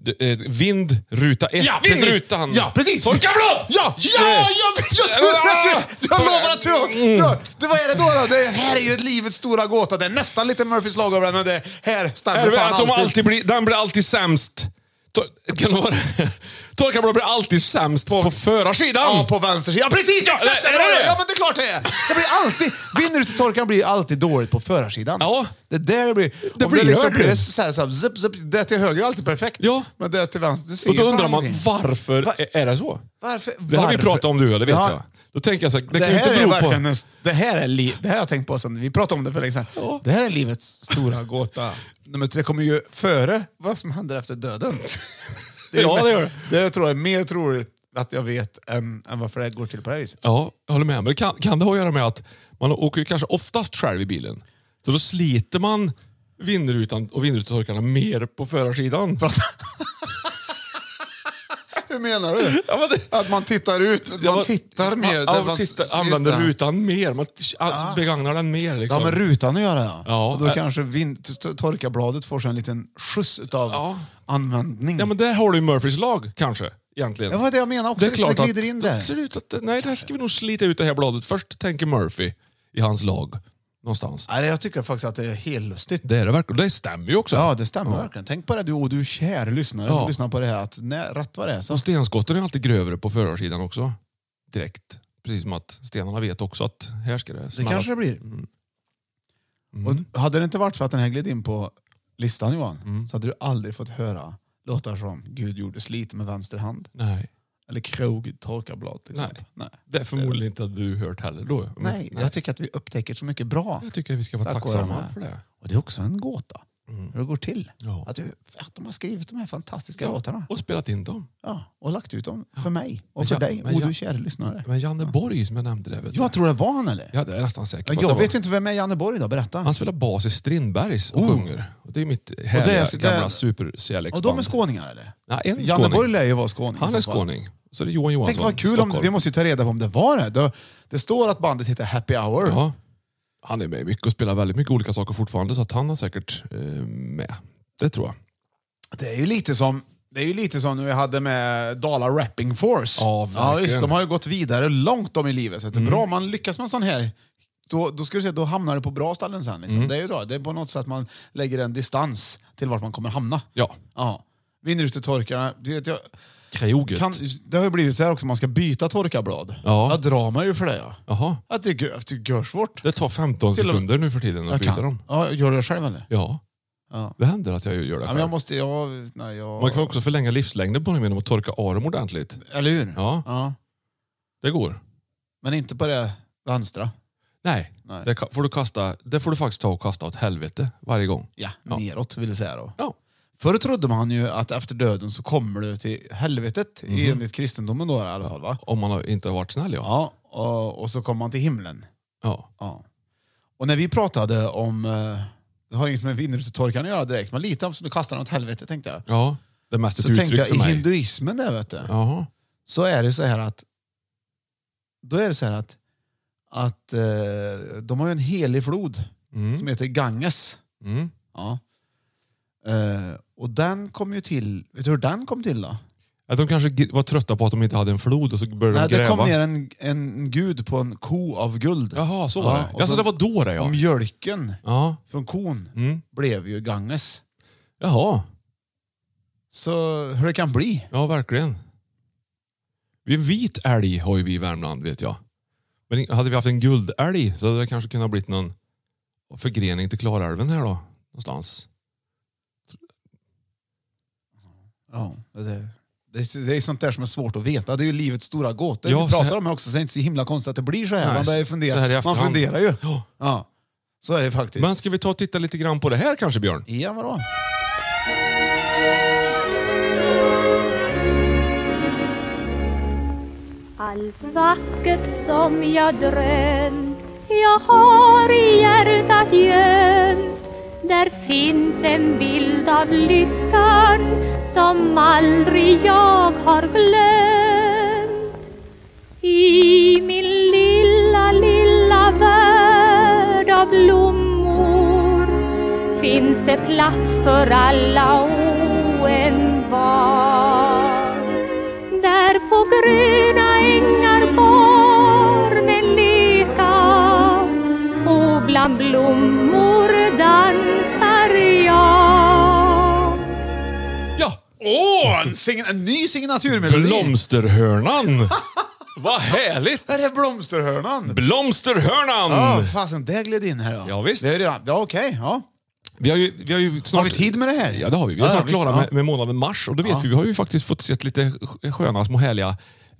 d- eh, vind, ruta ett.
Ja, precis.
Vindrutan.
Ja, precis.
Torkarblad!
Ja! Ja!
Eh,
Jag, jag trodde att du... Jag
Ah!
lovar att du... du det, vad är det då? då? Det här är ju ett livets stora gåta. Det är nästan lite Murphys lag över den, men det här stannar
Är det
fan
att de alltid blir, den blir alltid sämst. Tor- Kan det vara det? [LAUGHS] Torkarblad blir alltid sämst på, förarsidan.
Ja, på vänster sida. Ja, precis! Ja, exakt!
Är det det?
Ja, men det är klart det är! Det blir alltid... Vindrutetorkaren blir alltid dåligt på förarsidan.
Ja.
Det där det blir...
Det
om
blir
det liksom
rörigt.
blir det så här, så här, zip, zip, det till höger är alltid perfekt.
Ja.
Men det till vänster, det ser
och då
fan
undrar man
ingenting.
varför
Va-
är- är det så?
Varför?
Det här har vi
Varför?
pratat om du eller vet
Ja.
jag. Då tänker jag så här, det,
Det
kan ju
här,
inte
är
bero på...
verkligen en, det, här är li, det här har jag tänkt på sen vi pratade om det för länge sedan. Det här är livets stora gåta. Nummer tre kommer ju före vad som händer efter döden. är ju-
[LAUGHS] Ja, det gör det.
Det tror jag är mer troligt att jag vet än, än varför det går till på det här viset.
Ja, jag håller med. Men det kan, kan det ha att göra med att man åker ju kanske oftast själv i bilen? Så då sliter man vindrutan och vindrutetorkarna mer på förarsidan.
Hur menar du?
Ja, men det-
Att man tittar ut? Man
Ja, men-
tittar mer?
Man,
där
ja,
man-
tittar,
just
använder
det.
rutan mer. Man t- begagnar den mer. Liksom.
Ja, men rutan att göra ja.
Ja,
och då
eh.
kanske vind, t- t- torkarbladet får sig en liten skjuts utav
Ja.
användning.
ja, men där har du ju Murphys lag kanske. Egentligen.
det var det jag menade också.
Det är klart
det
att
glider in
det
där.
ser ut att... Nej, där ska vi nog slita ut det här bladet först, tänker Murphy i hans lag. Någonstans.
Nej, jag tycker faktiskt att det är helt lustigt.
Det är det verkligen. Det stämmer ju också.
Ja, det stämmer verkligen. Tänk på det du och du kär lyssnare som
Ja. Mm.
lyssnar på det här. Att när, rätt vad det är så...
Och stenskotten är alltid grövre på förarsidan också. Direkt. Precis som att stenarna vet också att här ska det
Det
smälla.
kanske det blir.
Mm.
Och hade det inte varit för att den här gled in på listan Johan,
Mm.
så hade du aldrig fått höra låtar som Gud gjorde slit med vänster hand.
Nej.
Eller Krog torkar blad till
Nej.
exempel. Liksom. Nej.
Det är förmodligen inte att du hört heller då. Men-
Nej, jag tycker att vi upptäcker så mycket bra.
jag tycker att vi ska vara
Tack vare de
tacksamma
här.
för det. Mm.
Och det är också en gåta hur det går till.
Ja.
Att, du, att de har skrivit de här fantastiska låtarna.
Och spelat in dem.
Ja, och lagt ut dem för mig och
Men
för
jag-
dig
men
och
jag-
du kära lyssnare.
Men Janne Borg som jag nämnde där. Vet du.
Jag tror det var han eller?
Ja, det är jag nästan säker på.
Jag,
att det var.
vet ju inte vem är Janne Borg idag, berätta.
Han spelar bas i Strindbergs och
Oh.
sjunger. Och det är mitt härliga
det-
gamla
och
superkärleksband.
de är skåningar eller?
Nej, en är
Janne
skåning.
Borg lär ju vara skåning. i
Han är
så fall.
skåning. Så det är Johan Johansson.
Tänk vad kul om,
Stockholm.
vi måste ju ta reda på om det var det. Det, det står att bandet heter Happy Hour.
Ja. Han är med mycket och spelar väldigt mycket olika saker fortfarande så att han är säkert eh, med. Det tror jag.
Det är ju lite som det är ju lite som när vi hade med Dala Rapping Force.
Ja, verkligen. Mm.
ja, visst, de har ju gått vidare långt om i livet. Så att det är bra om man lyckas med en sån här, då, då, ska du se, då hamnar du på bra ställen sen. Liksom.
Mm.
Det är ju bra. Det är på något sätt man lägger en distans till vart man kommer hamna.
Ja.
Ja. Vindrutetorkarna, du vet, jag,
Kreoget.
kan, det har ju blivit så här också, man ska byta torkarblad.
Ja.
Jag drar mig ju för det. Ja.
Jaha.
Att det är gö- att det är görsvårt.
Det tar 15
Till och-
sekunder nu för tiden att
Jag
byta dem.
kan. Ja, gör du det själv eller?
Ja.
Ja.
Det händer att jag gör det
Ja, men jag
själv.
måste, jag, nej, jag,
Man kan också förlänga livslängden på dem genom att torka av dem ordentligt.
Eller hur?
Ja.
ja.
Det går.
Men inte på det vänstra.
Nej.
Nej.
Det, ka- får du kasta, det får du faktiskt ta och kasta åt helvete varje gång.
Ja, neråt vill jag säga då.
Ja.
Förr trodde man ju att efter döden så kommer du till helvetet,
Mhm.
enligt kristendomen då i alla fall. Va?
Om man har- inte har varit snäll ja.
Ja, och, och så kommer man till himlen.
ja.
Ja. Och när vi pratade om, eh, det har ju inget med vindrutetorkan att göra direkt, men lite om så du kastar den åt helvete tänkte jag.
Ja. Det är mest
Så
ett
tänkte
uttryck
jag
för
i
mig.
hinduismen där vet du,
Jaha.
så är det så här att, då är det så här att, att eh, de har ju en helig flod som heter Ganges.
Mm.
Ja. Eh, och den kom ju till, vet du hur den kom till då?
Att de kanske gr- var trötta på att de inte hade en flod och så började
Nej,
de
det
gräva.
kom ner en, en gud på en ko av guld.
Jaha, så
Ja,
var
och
det.
så-
Alltså det var då det
Och
ja.
mjölken
ja.
från kon
Mm.
blev ju Ganges.
Jaha.
Så hur det kan bli?
Ja, verkligen. Vi en vit älg har ju vi i Värmland, vet jag. Men in- hade vi haft en guldälg så hade det kanske kunnat blivit någon förgrening till Klarälven här då. Någonstans.
Ja, det, det, är- det är sånt där som är svårt att veta. Det är ju livets stora gåtor
Ja,
vi
så
pratar
här-
om det också. Så det är inte så himla konstigt att det blir så här.
Nej,
man börjar ju
så- så här i
fundera. Man
efterhand.
funderar ju.
Ja.
Ja, så är det faktiskt.
Men ska vi ta och titta lite grann på det här kanske, Björn?
Ja, vadå?
Allt vackert som jag drömt jag har i hjärtat gömt Där finns en bild av lyckan som aldrig jag har glömt I min lilla, lilla värld av blommor finns det plats för alla och envar där på gröna ängar barnen leka och bland blommor dansar jag.
Ja!
Åh, en, sign- en ny signaturmelodi!
Blomsterhörnan! Vad härligt!
Där är blomsterhörnan!
Blomsterhörnan!
Ja, fasen, det gled in här då.
Ja, visst.
Det är redan, ja, okej. Ja.
Vi har ju, vi har ju snart...
Har vi tid med det här?
Ja, det har vi. Vi är
Ja, ja,
snart
visst,
klara
ja.
med, med månaden mars och då vet
Ja.
vi, vi har ju faktiskt fått sett lite sköna små härliga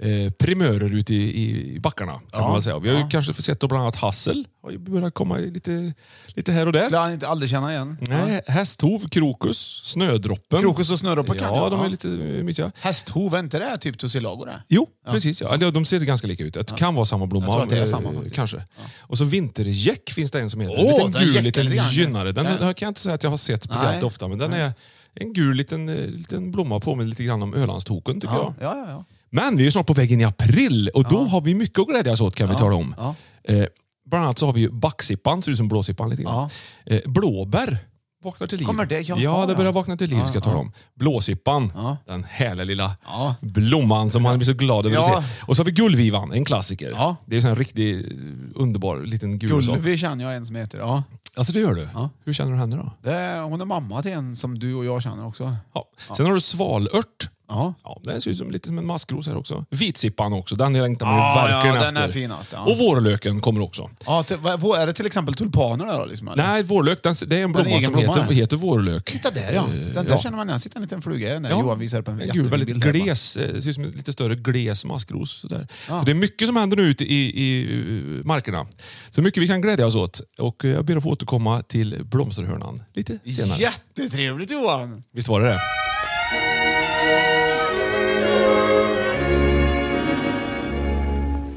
eh, primörer ute i, i, i backarna. Kan
Ja,
man väl säga. Vi har ju
ja.
kanske sett då bland annat Hassel. Har ju börjat komma i lite, lite här och där.
Skulle han inte aldrig känna igen?
Nej, hästhov, krokus, snödroppen.
Krokus och snöroppar kan
Ja,
jag.
de är
Ja.
lite eh, mysiga.
Hästhov, är inte det typ tussilago det?
Jo, precis. Ja. Eller, De ser ganska lika ut. Det kan vara samma blomma.
Jag tror att det är
eh,
samma faktiskt.
Kanske. Och så vintergäck finns det en som heter.
Åh,
en
den
liten gul
gäckar
liten
lite grann.
gynnare. Den,
Ja.
den kan jag inte säga att jag har sett speciellt
Nej.
ofta, men den är en gul liten, eh, liten blomma påminner lite grann om Ölandstoken tycker jag.
Ja, ja, ja.
Men vi är ju snart på väg in i april och då har vi mycket att glädjas åt kan vi tala om.
ja.
Eh, bland annat så har vi ju backsippan, ser ut som blåsippan lite grann. Eh, blåbär vaknar till liv.
Kommer det?
Ja,
Jaha,
det
ja.
börjar vakna till liv ska jag tala om. Blåsippan,
Ja.
den härliga lilla
Ja.
blomman som man blir så glad över
Ja.
att se. Och så har vi gullvivan, en klassiker.
Ja.
Det är ju en riktigt underbar liten gul sak.
Gullvi känner jag en som heter. Ja.
Alltså det gör du?
Ja.
Hur känner du henne då?
Det är, hon är mamma till en som du och jag känner också.
Ja. Sen har du svalört.
Ja.
Ja, den ser ut som lite som en maskros här också. Vitsippan också, den längtar man ju
Ah, Ja,
verkligen
ja, den
efter.
är finast, ja.
Och vårlöken kommer också.
Ja, till, vad, vad- är det till exempel tulpaner där då? Liksom, eller?
Nej, vårlök, den, det är en blomma
egen
som
blomma,
heter,
nej.
heter vårlök.
Titta där ja. Den där
Eh, ja.
känner man igen. Sitter en liten fluga i den där.
Ja.
Johan visar upp en
En
jättefin
gul, väldigt
bild där, va?
gles, eh, det ser ut som en lite större gles maskros. Sådär.
Ja.
Så det är mycket som händer nu ute i, i eh, markerna. Så mycket vi kan glädja oss åt. Och eh, jag ber att få återkomma till blomsterhörnan lite senare.
Jättetrevligt Johan!
Visst var det det?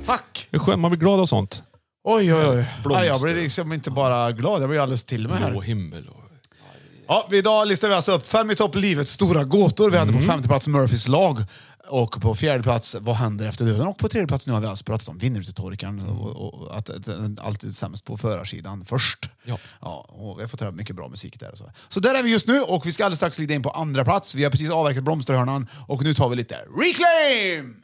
Tack!
Det är skönt, man blir glad av sånt.
Oj, oj, oj. Ja,
Blomster.
jag blir liksom inte bara glad, jag blir alldeles till mig
Blå
här.
himmel och...
Ja, idag listar vi alltså upp fem i topp livets stora gåtor. Vi hade
Mm.
på femte plats Murphys lag. Och på fjärde plats Vad händer efter döden? Och på tredje plats, nu har vi alltså pratat om vinnerutetorkaren och, och att den alltid är sämst på förarsidan först.
Ja.
Ja, och vi har fått höra mycket bra musik där. Och så. så där är vi just nu och vi ska alldeles strax glida in på andra plats. Vi har precis avverkat blomsterhörnan och nu tar vi lite reclaim!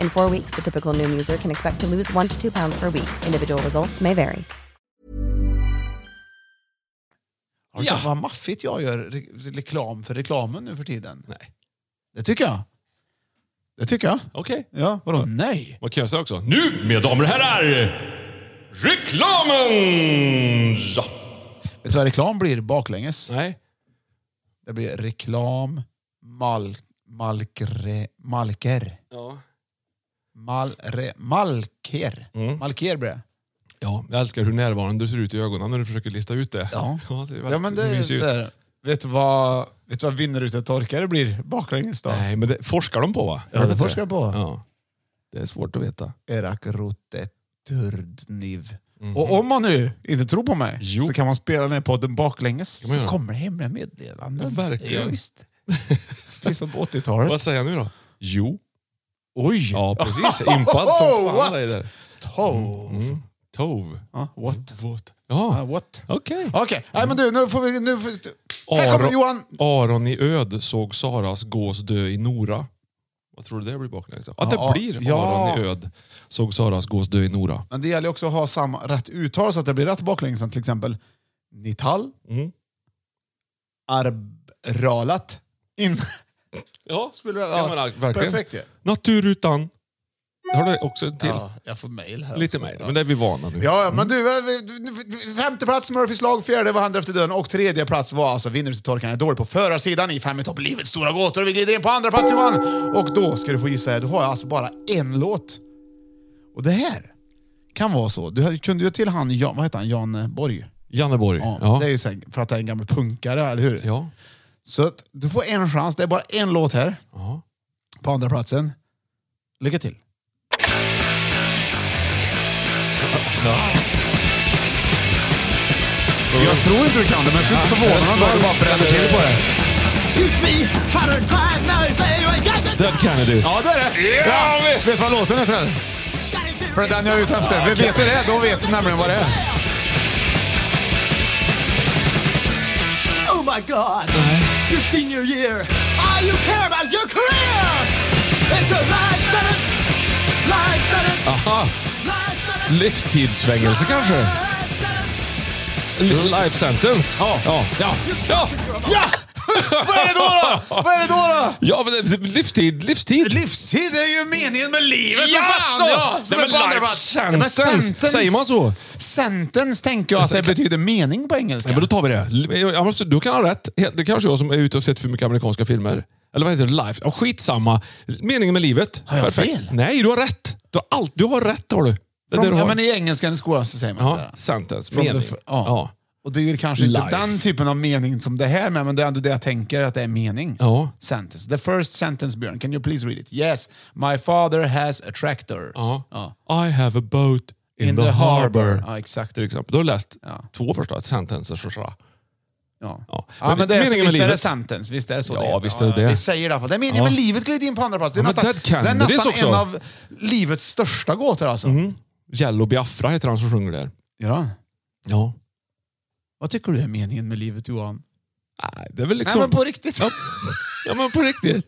In four weeks, the typical Noom user can expect to lose one to two pounds per week. Individual results may vary.
Har du
Ja.
sett vad maffigt jag gör re- reklam för reklamen nu för tiden?
Nej.
Det tycker jag. Det tycker jag.
Okej.
Ja, vadå nej?
Vad kan jag säga också? Nu, mina damer och herrar! Reklamen! Ja.
Vet du vad reklam blir baklänges?
Nej.
Det blir reklam, mal, malkre, malker.
Ja.
Malre, malker.
Mm.
Malker blir det.
ja, jag älskar hur närvarande du ser ut i ögonen när du försöker lista ut det. [LAUGHS]
Ja.
det är
Ja, men det är
mysigt.
så här, vet du vad, vet du vad vinnerutetorkare blir baklänges då?
Nej, men det forskar de på va?
Ja, det forskar de på.
Ja. Det är svårt att veta.
Erakroteturdniv. Och om man nu inte tror på mig
Mhm. Jo.
så kan man spela den här podden baklänges
Kan man
så
göra.
kommer det hemliga meddelanden.
Ja, verkligen.
Ja, visst. Precis som på 80-talet.
Vad säger jag nu då? Jo.
Oj!
Ja, precis. Impad som fan.
Oh, What?
dig där.
Tov.
Mm. Tov.
Ja, Mm. what?
Våt.
Ja,
Ja,
what?
okej.
Okej, nej men du, nu får vi... Nu får, vi- här kommer
Aron-
Johan!
Aron i Öd såg Saras gås dö i Nora. Vad tror du det blir baklänges? Att
Ja,
det blir
ja.
Aron i Öd såg Saras gås dö i Nora.
Men det gäller ju också att ha samma rätt uttal så att det blir rätt baklänges. Till exempel Nital,
Mm.
Arbralat, in...
Ja,
Spelar,
ja, men, verkligen.
perfekt ju.
Natur utan. Har du också en till?
Ja, jag får mail här
Lite
också.
mejl, men det är vi vana nu.
Ja, ja, men du, eh, vi- du- du- femte plats Murphys lag, fjärde var Hand efter döden och tredje plats var alltså Vinnare till torkan är dålig på förarsidan i Fem i topp, Livets stora gåtor. Och vi glider in på andra plats Johan. Och då ska du få gissa, här, då har jag alltså bara en låt. Och det här kan vara så. Du kunde ju till han, Jan, vad heter han, Jan Borg?
Janneborg.
Ja,
Ja.
Det är ju så här, för att det är en gammal punkare, eller hur?
Ja.
Så att du får en chans, det är bara en låt här.
Ja.
På andra platsen. Lycka till. Jag tror inte du kan det, men jag skulle inte
Ja,
förvåna mig om
det är
du bara bränner till på det.
Use me, powder drive, now you say I got the
Dead Kennedys.
Ja, det är det!
Ja,
Vet du vad låten heter? eller? För det är den jag är ute efter. Vi vet du det, då vet du nämligen vad det är.
Oh my god! It's your senior year. All you care about is your career! It's a life sentence! Life sentence!
Aha! Livstidsfängelse kanske? Life sentence? Ja. Ja. Ja. ja.
ja. Vad är det då? då? Vad är det då? då?
men det- livstid, livstid.
Livstid är ju meningen med livet
Ja,
för fan! Ja,
så!
som
Nej,
är
men
på andra
life
plats.
sentence.
Ja, men sentence-
Säger man så?
Sentence tänker jag att det
Exakt.
betyder mening på engelska.
Ja, men då tar vi det. eh, Ja, men så- Du kan ha rätt. Helt- Det kanske är jag som är ute och sett för mycket amerikanska filmer. Eller vad heter det? Life? Ja, skitsamma. Meningen med livet.
Har jag
Perfekt.
fel?
Nej, du har rätt. Du har, allt, du har rätt har du. Det är det
From,
du
ja,
har.
men i engelskan i skolan så säger man så
ja,
här.
sentence.
From the
Mening.
f- ja.
ja.
Och det är ju kanske inte
Life.
den typen av mening som det här med, men det är ändå det jag tänker att det är mening.
Ja.
Sentence. The first sentence, Björn. Can you please read it? Yes, my father has a tractor.
Ja. I have a boat in, the, harbor.
Ja, exakt.
Till exempel. Du har läst
Ja.
två första sentences. så- så-
Ja.
Ja.
Ja, men det är, så, visst
meningen med
är det
livet.
sentence? Visst är det så
Ja,
det heter?
visst är det det.
Vi säger det i alla fall. Det är meningen
Ja.
med livet glider in på andra plats. Det är
Ja,
nästan,
men Dead Kennedys
det är nästan
också. Mm.
en av livets största gåtor alltså.
Jello Biafra heter han som sjunger där.
Ja.
Ja.
Vad tycker du är meningen med livet Johan?
Nej, det är väl liksom...
Nej, men på riktigt.
Ja, ja men på riktigt.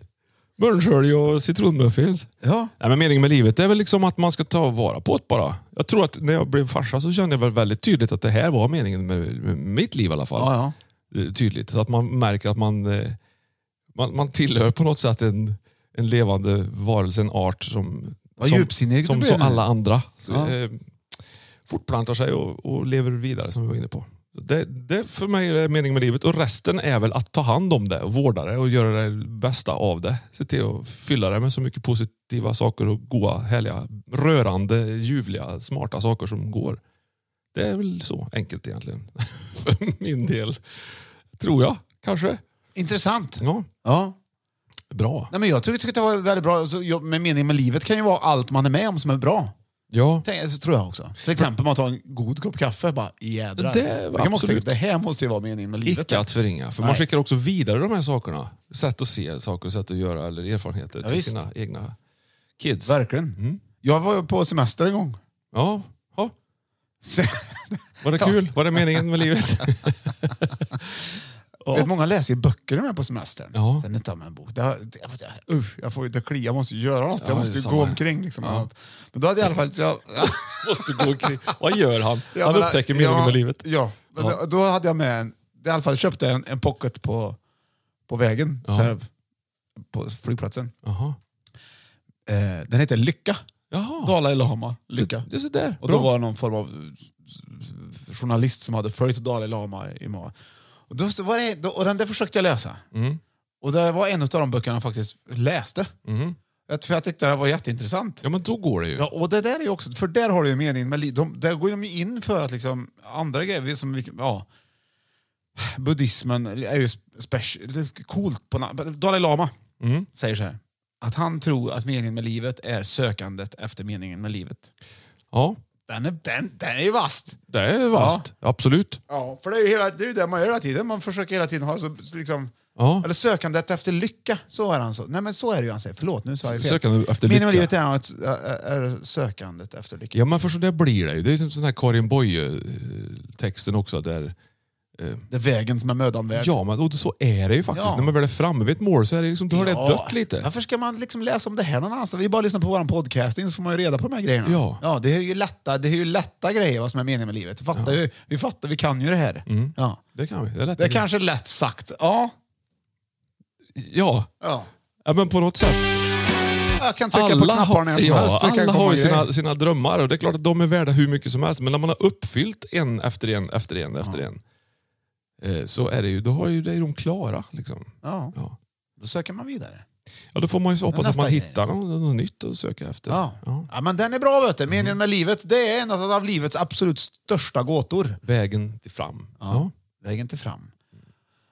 Bönskölj och citronmuffins.
Ja.
Nej, men meningen med livet är väl liksom att man ska ta vara på det bara. Jag tror att när jag blev farsa så kände jag väl väldigt tydligt att det här var meningen med, med mitt liv i alla fall.
Ja, ja.
Eh, Tydligt. Så att man märker att man, eh, man, man tillhör på något sätt en, en levande varelse, en art som,
Vad
som,
djupsinnig du
som
blir
så
nu.
alla andra så,
Ja.
eh, fortplantar sig och, och lever vidare som vi var inne på. Så Det, det för mig är meningen med livet och resten är väl att ta hand om det och vårda det och göra det bästa av det. Se till att fylla det med så mycket positiva saker och goa, härliga, rörande, ljuvliga, smarta saker som går. Det är väl så enkelt egentligen. [LAUGHS] för min del. Tror jag, kanske.
Intressant.
Ja,
Ja.
bra.
Nej, men jag tycker, tycker att det var väldigt bra. Så, jag, men meningen med livet kan ju vara allt man är med om som är bra.
Ja.
Tänk, så tror jag också. Till exempel man tar en god kopp kaffe bara jädrar.
Det-
Då kan man också
absolut.
tänka, det här måste ju vara meningen med livet.
Icke att förringa. För man
Nej.
skickar också vidare de här sakerna. Sätt att se saker, sätt att göra eller erfarenheter
Ja,
till
visst.
sina egna kids.
Verkligen.
Mm.
Jag var ju på semester en gång. [LAUGHS]
Ja. ja.
Sen,
Var det kul? Var det meningen med
[LAUGHS]
livet? Ja.
vet, många läser ju böcker när de är på semestern.
Ja.
Sen nu tar man en bok. Det, har- det, jag, jag, usch, jag får ju inte klia, jag måste ju göra något.
Ja,
jag måste
det är
ju
samma
gå
här.
omkring. Liksom,
Ja.
eller något. Men då hade jag i alla fall... Jag,
Måste gå omkring. Vad gör han?
jag
han
menar,
upptäcker meningen
ja,
med livet.
Ja, men
Ja.
Då, då hade jag med en... I alla fall köpte jag en, en pocket på, på vägen.
Ja.
Så här, på flygplatsen.
Jaha.
Eh, den heter Lycka.
Jaha.
Dalai Lama. Lycka.
Det är sådär.
Och
Bra.
då var det någon form av eh, journalist som hade följt Dalai Lama i Mao. Och, då, så var det, då, och den där försökte jag läsa.
Mm.
Och det var en av de böckerna jag faktiskt läste.
Mm.
Jag- För jag tyckte det här var jätteintressant.
Ja, men då går det ju.
Ja, och det där är ju också, för där har du ju meningen med livet. De, där går de ju in för att liksom, andra grejer som, vi- ja. Buddhismen är ju special, det är coolt på na- Dalai Lama
Mm.
säger så här. Att han tror att meningen med livet är sökandet efter meningen med livet.
Ja,
Den är, den, den är ju vast.
det är vast. Absolut.
Ja, för det är ju hela, det, är ju det man gör hela tiden. Man försöker hela tiden ha så, så liksom...
Ja.
Eller sökandet efter lycka, så är han så. Nej men så är det ju han säger. Förlåt, nu sa jag fel.
Sökandet efter
Meningen med
lycka.
livet är, att, är är sökandet efter lycka.
Ja, men för så där blir det ju. Det är ju typ sån här Karin Boye-texten också. Där,
Det är vägen som är mödan värd.
ja, men och så är det ju faktiskt.
Ja.
När man väl är framme vid ett mål så är det liksom, du har det dött lite.
Varför ska man liksom läsa om det här någon annanstans? Vi bara lyssnar på vår podcasting så får man ju reda på de här grejerna.
Ja.
Ja, det är ju lätta, det är ju lätta grejer vad som är meningen med livet. Fattar ju, vi fattar, vi kan ju det här.
Mm.
Ja.
Det kan vi. Det är, lätt
Det är kanske lätt sagt. Ja.
Ja.
ja.
ja, men på något sätt.
Ja, jag kan trycka på knappar när
har-
som
ja,
helst. så det kan
alla
komma
har ju
grejer.
sina, sina drömmar och det är klart att de är värda hur mycket som helst. Men när man har uppfyllt en efter en efter en efter en eh, så är det ju, då har ju, det är ju de klara. Liksom.
Ja. Då söker man vidare.
Ja, då får man ju så
Men
hoppas att
nästa
man
grej, alltså.
hittar något, något nytt att söka efter.
Ja. Ja, men den är bra vet du.
Mm.
Meningen med livet, det är en av livets absolut största gåtor.
Vägen till fram.
Ja. Vägen till fram.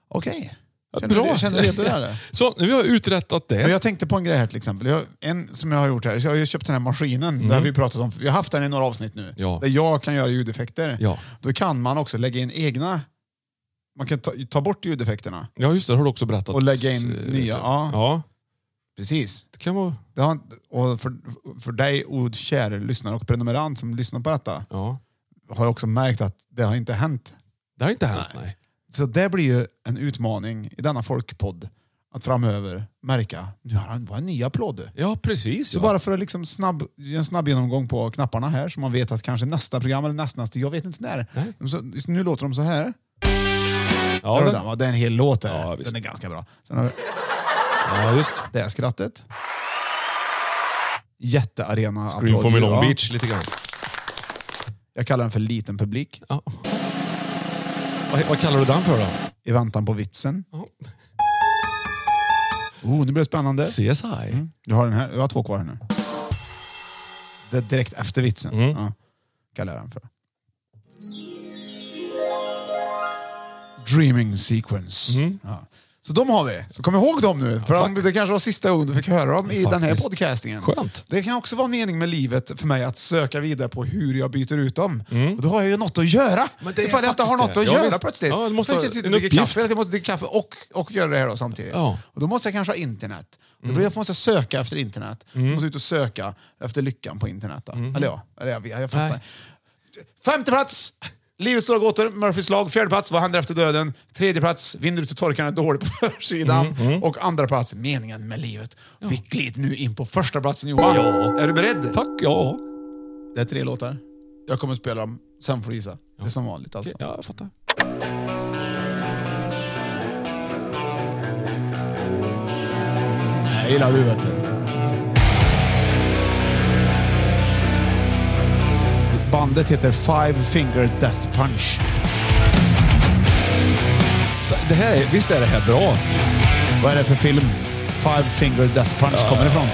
Okej.
Ja,
Känner du-
bra.
Känner du det
[LAUGHS]
där? eller?
Så, nu har jag uträttat det.
Men jag tänkte på en grej här till exempel. Jag, en som jag har gjort här, så jag har ju köpt den här maskinen. Det har vi pratat om. Vi har haft den i några avsnitt nu.
Mm. Ja.
Där jag kan göra ljudeffekter.
Ja.
Då kan man också lägga in egna... Man kan ta, ta bort ljudeffekterna.
Ja, just det. Det har du också berättat.
Och lägga in
eh,
nya, ja. Precis.
Det kan vara...
Det har, inte- och för, för dig, och kära lyssnare och prenumerant som lyssnar på detta,
Ja.
har jag också märkt att det har inte hänt.
Det har inte hänt, nej.
Så det blir ju en utmaning i denna folkpodd. Att framöver märka, nu har han var en ny applåd.
Ja, precis.
Så
ja.
bara för att liksom snabb, göra en snabb genomgång på knapparna här så man vet att kanske nästa program eller nästnästa, jag vet inte när. Så, just nu låter de så här.
Ja,
Hör du
den-
den, va? det är en hel låt där.
Ja, visst.
den är ganska bra. Sen har vi
Ja, just.
det här skrattet. Jättearena
Scream for me Long
ja.
Beach lite grann.
Jag kallar den för liten publik.
Ja. Vad, vad kallar du den för då?
I väntan på vitsen.
Ja.
Oh, nu blir det spännande.
CSI.
Jag har, den här, jag har två kvar här nu. Det är direkt efter vitsen.
Mm.
Ja. Kallar jag den för. Dreaming sequence.
Mm.
Ja. Så de har vi. Så kom ihåg dem nu. För de, det kanske var sista gången du fick höra dem i den här
Faktiskt.
podcastingen.
Skönt.
Det kan också vara en mening med livet för mig att söka vidare på hur jag byter ut dem. Och då har jag ju något att göra.
Mm. Men det är
Ifall jag inte har
faktiskt
något
det.
att
Ja,
göra
visst.
plötsligt.
Ja, du måste
plötsligt
ha
sitter
en
jag och dricker
uppgift.
kaffe, jag måste dricka kaffe och, och göra det här då samtidigt.
Ja. Mm.
Och då måste jag kanske ha internet. Och Då blir jag- måste jag söka efter internet. Jag måste ut och söka efter lyckan på internet. Då.
Mm.
Eller ja, eller jag, jag, jag fattar. Femte plats! Livets stora gåtor, Murphys lag. Fjärde plats, Vad händer efter döden? Tredje plats, Vinner ut och torkar är dålig på [LAUGHS] försidan.
Mm,
Och andra plats, Meningen med livet. Vi glider nu in på första platsen Johan.
Ja.
Är du beredd?
Tack, ja.
Det är tre låtar. Jag kommer spela dem, sen får du gissa. Det är som vanligt alltså.
Ja, jag fattar.
Nej, gillar du vet du. Bandet heter Five Finger Death Punch.
Så det här, är- visst är det här bra?
Vad är det för film Five Finger Death Punch kommer ifrån?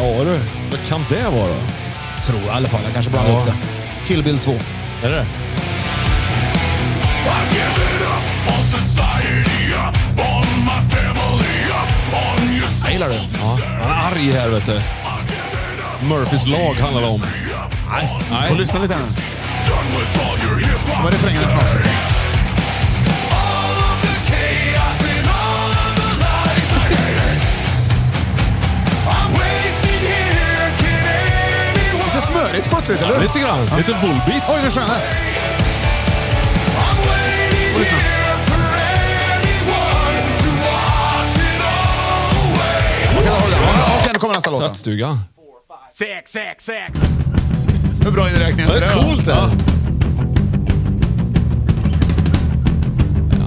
Ja du, vad kan det vara då?
Tror jag i alla fall. Jag kanske blandar
Ja.
upp det. Kill Bill 2.
Är det
Jag gillar du.
Ja. Han är arg här vet du. Murphys lag handlar det om.
Nej.
Nej.
Får lyssna lite här nu. Vad refrängen är för något? Lite smörigt plötsligt, eller hur?
Lite grann. Lite Volbeat.
Oj, nu sjöng den. Okej, då har du den. Ja, Okej, nu kommer nästa låt. då.
Tvättstugan.
Sex, sex, sex!
Hur bra inräkning
Det är coolt det här.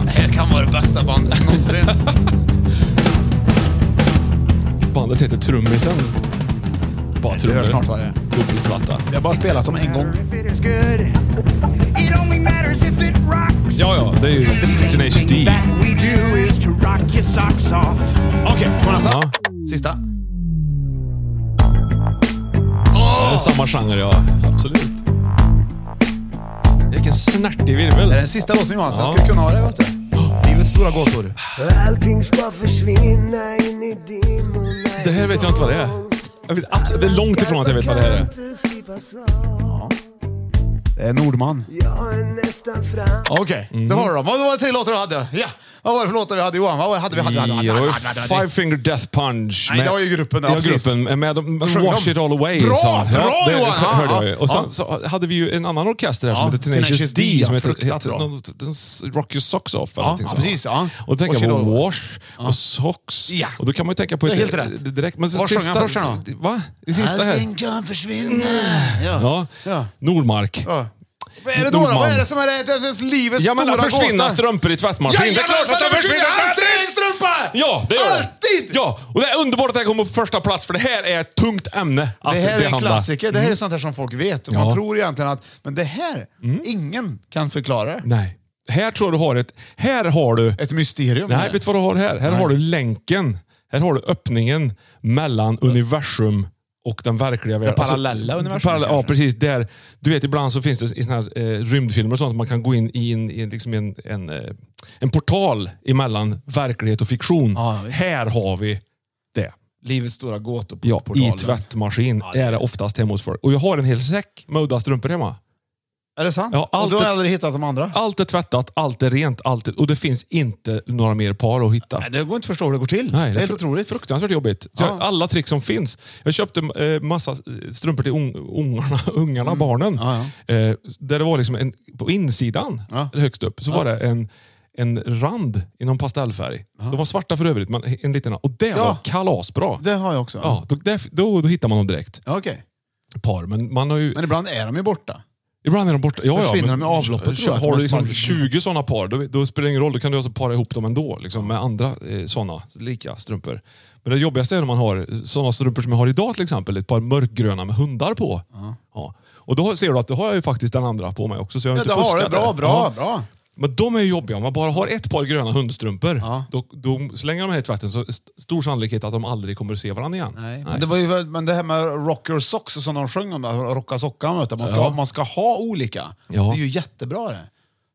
Det här kan vara det bästa bandet någonsin.
Bandet heter Trummisen. Bara
Vi
trummor.
hörs snart, vad det är.
Dubbelplatta.
[LAUGHS] Jag har bara spelat dem en gång.
It only matters if it rocks.
Ja, ja, det är ju Tenacious D.
That we do is to rock your socks off.
Okej, kommer nästa.
Ja.
Sista.
Det är samma genre, ja. Absolut. Vilken snärtig
Det är
virvel.
den sista låten Johan, sen
Ja.
ska du kunna ha det. Vet du. Livets stora gåtor.
Allting ska försvinna in i dimmorna
Det här vet jag inte vad det är. Jag vet, absolut- det är långt ifrån att jag vet vad det här är.
Kanter slipas av
Det är Eh, Nordman.
Jag är nästan fram
Okej, det var det då. Vad var det tre låtar du hade? Ja. Vad var det för låtar vi hade Johan? Vad var det? hade vi? Hade, vi- hade, vi- hade, vi-
Ja, det
hade,
var
vi-
ju
hade, vi- hade, vi-
Five Finger Death Punch.
Nej,
med-
det var ju gruppen, ja,
Det var
precis.
gruppen med de,
sjöng
Wash
de?
It All Away.
Bra,
sa han.
bra,
det
Johan! Ja,
hörde jag ju.
ja,
Och sen
ja.
så hade vi ju en annan orkester här
Ja,
som heter Tenacious D. som
ja,
heter,
fruktat
heter
bra.
något- den s- Rock Your Socks Off. eller
Ja,
någonting
ja,
sånt.
precis, ja.
Och då tänker
Wash It
jag
All
på
Away.
Wash och Socks.
Ja.
Och då kan man ju tänka på...
Det är
ett-
helt rätt.
det- Direkt, men
Var sjöng han
sista,
först då?
Va? Det sista här.
Allting kan försvinna. Ja.
Ja.
Ja.
Nordmark.
Ja. Vad är det då? då? Vad är det som är det, det, det, livets
Ja, men
stora
att försvinna
gåta?
strumpor i tvättmaskinen. det är
Jajamensan,
klart att det
det försvinner
försvinner
alltid en
alltid!
strumpa!
Ja, det gör det.
Alltid!
Ja, och det är underbart att det här kommer på första plats, för det här är ett tungt ämne att
Det här är en
behandla.
klassiker. Det här är
Mm.
sånt här som folk vet. Och
Ja. Mm.
Man tror egentligen att, men det här, ingen kan förklara det.
Nej. Här tror jag du har ett... Här har du...
Ett mysterium.
Nej, vet du vad du har här? Här
Nej.
har du länken. Här har du öppningen mellan universum och den verkliga världen.
parallella universum,
parallella- ja,
kanske.
precis. Där, du vet, ibland så finns det i såna här, eh, rymdfilmer och sånt, man kan gå in i en, i en- liksom en, en, eh, en portal emellan verklighet och fiktion. här har vi det.
Livets stora gåtor på
Ja,
portalen.
I tvättmaskin är det oftast hemma hos folk. Och jag har en hel säck med udda strumpor hemma.
Är det sant?
Ja,
och
allt
du har
är-
aldrig hittat de andra?
Allt är tvättat, allt är rent, allt är, och det finns inte några mer par att hitta.
Nej, det går inte att förstå hur det går till.
Nej,
det är helt
fru-
otroligt.
Fruktansvärt jobbigt. Så jag,
Ja.
alla trick som finns. Jag köpte eh, massa eh, strumpor till un, ungarna, [LAUGHS] ungarna
Mm.
barnen. Eh, där det var liksom en, på insidan, eller högst upp, så var det en, en rand i någon pastellfärg. De var svarta för övrigt, men en liten rand. Och det var kalasbra.
Det har jag också.
Ja, då, där- då, då hittar man dem direkt.
Ja, okej.
Par, men man har ju...
Men ibland är de ju borta.
Ibland är de borta. Ja,
Försvinner
ja,
de i avloppet, tror jag, att
Har
man
du liksom
smalnar.
20 sådana par, då, då spelar det ingen roll. Då kan du alltså para ihop dem ändå liksom, med andra eh, sådana lika strumpor. Men det jobbigaste är när man har sådana strumpor som jag har idag till exempel. Ett par mörkgröna med hundar på. Ja. Och då ser du att då har jag ju faktiskt den andra på mig också. Så jag har
Ja,
inte
det har du.
fuskat
Bra,
där.
bra,
Ja.
bra.
Men de är ju jobbiga. Om man bara har ett par gröna hundstrumpor, då, då slänger de här i tvätten så är st- stor sannolikhet att de aldrig kommer att se varandra igen. Nej.
Men det, var ju, men det här med rock your socks och som de sjöng om, det, alltså rocka sockan, vet du. man, ska,
Ja.
man ska ha olika.
Ja.
Det är ju jättebra det.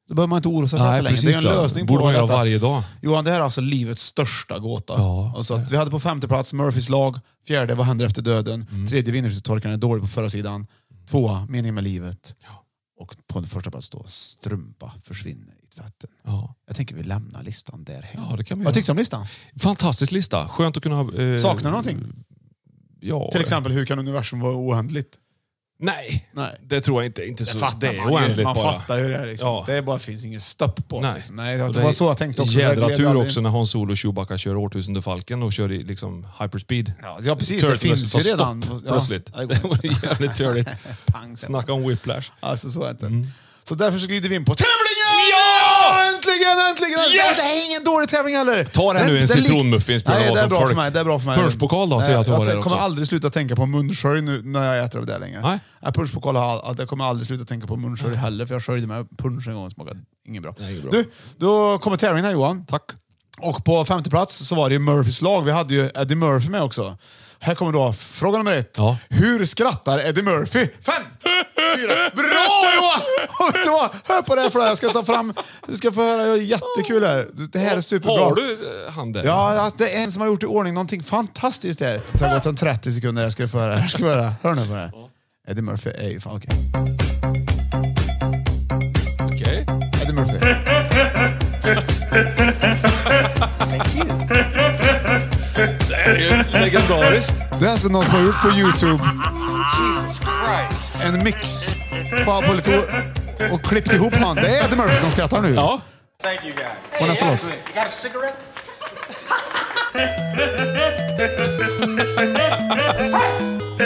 Då behöver man inte oroa sig
Nej,
för det längre. Det är
precis,
en
ja.
lösning
Borde
på
man göra
detta.
varje dag.
Johan, det här är alltså livets största gåta.
Ja.
Alltså, att vi hade på femte plats Murphys lag, fjärde Vad händer efter döden,
Mm.
tredje Vinnerstorkaren är dålig på förra sidan, tvåa Meningen med livet och på den första plats då Strumpa försvinner i tvätten.
Ja.
Jag tänker vi lämnar listan där.
Ja, det kan vi
Vad
göra.
tyckte du om listan?
Fantastisk lista. Skönt att kunna... Eh,
Saknar du någonting?
Ja.
Till exempel, hur kan universum vara oändligt?
Nej,
Nej.
det tror jag inte. inte så,
Det fattar
det är
man ju.
oändligt
Man
bara.
fattar ju det. här, Liksom.
Ja.
Det är bara finns ingen stopp på det.
Nej.
Liksom. Nej, det
Och
var så jag tänkte också. så jag
Jädra
gled
tur
aldrig-
också när Hans-Olof och Chewbacca kör årtusende falken och kör i liksom hyperspeed.
Ja, ja, precis. Det
Turtles
finns
var
ju redan.
Stopp,
Ja,
plötsligt.
det går
[LAUGHS] Det var
[LAUGHS]
jävligt turligt.
Pang, säger
Snacka om Mm. whiplash.
Alltså så är det inte. Så därför så glider vi in på tävlingen! Ja! Äntligen, äntligen! äntligen!
Yes!
Det är ingen dålig tävling heller.
Ta det här nu, en
lik-
citronmuffins, Björn
Nej, det är
Wahlström,
bra
folk.
för mig. Det är bra för mig.
Punschpokal då,
Nej,
säger jag att du har där
Jag kommer
också.
aldrig sluta tänka på munskölj nu när jag äter av det längre.
Nej.
Nej, punschpokal har all- jag kommer aldrig sluta tänka på munskölj heller, för jag sköljde med punsch en gång och smakade inget bra.
Nej, bra.
Du, då kommer tävlingen här Johan.
Tack.
Och på femte plats så var det ju Murphys lag. Vi hade ju Eddie Murphy med också. Här kommer då fråga nummer ett.
Ja.
Hur skrattar Eddie Murphy? Fem, fyra. Bra Johan! [LAUGHS] Och det var- Hör på det här för det här. Jag ska ta fram... Du ska få höra. Det är jättekul här. Det här är superbra.
Har du eh, han där?
Ja, alltså, det är en som har gjort i ordning någonting fantastiskt här. Det har gått en 30 sekunder. Jag ska få höra. Jag ska få höra. Hör nu på det här. Eddie Murphy är ju fan... Okej.
Okej.
Eddie Murphy.
Det här är ju legendariskt.
Det är alltså någon som har gjort på Youtube en mix på, på lite och, och klippt ihop han. Det är Eddie Murphy som skrattar nu.
Ja.
Thank you guys.
På nästa låt.
You got a cigarette?
Fy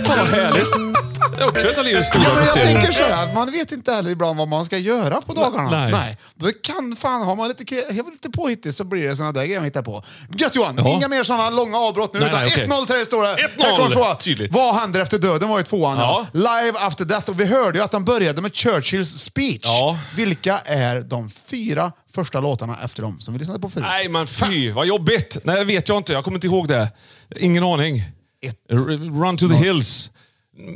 fan vad härligt. Det är också ett av livets stora
Ja, men jag
mysterier.
tänker så här, att man vet inte heller ibland vad man ska göra på dagarna.
Nej.
Då kan fan, har man lite, kre- lite påhittig så blir det såna där grejer man hittar på. Gött Johan!
Ja.
Inga mer såna långa avbrott nu.
Nej,
utan
nej, okej.
1-0 till dig står det.
1-0.
Här kommer frågan.
Tydligt.
Vad händer efter döden var ju tvåan. Ja.
Ja.
Live after death. Och vi hörde ju att den började med Churchills speech.
Ja.
Vilka är de fyra första låtarna efter dem som vi lyssnade på förut?
Nej men fy, vad jobbigt. Nej, det vet jag inte. Jag kommer inte ihåg det. Ingen aning.
Ett.
R- Run to the hills.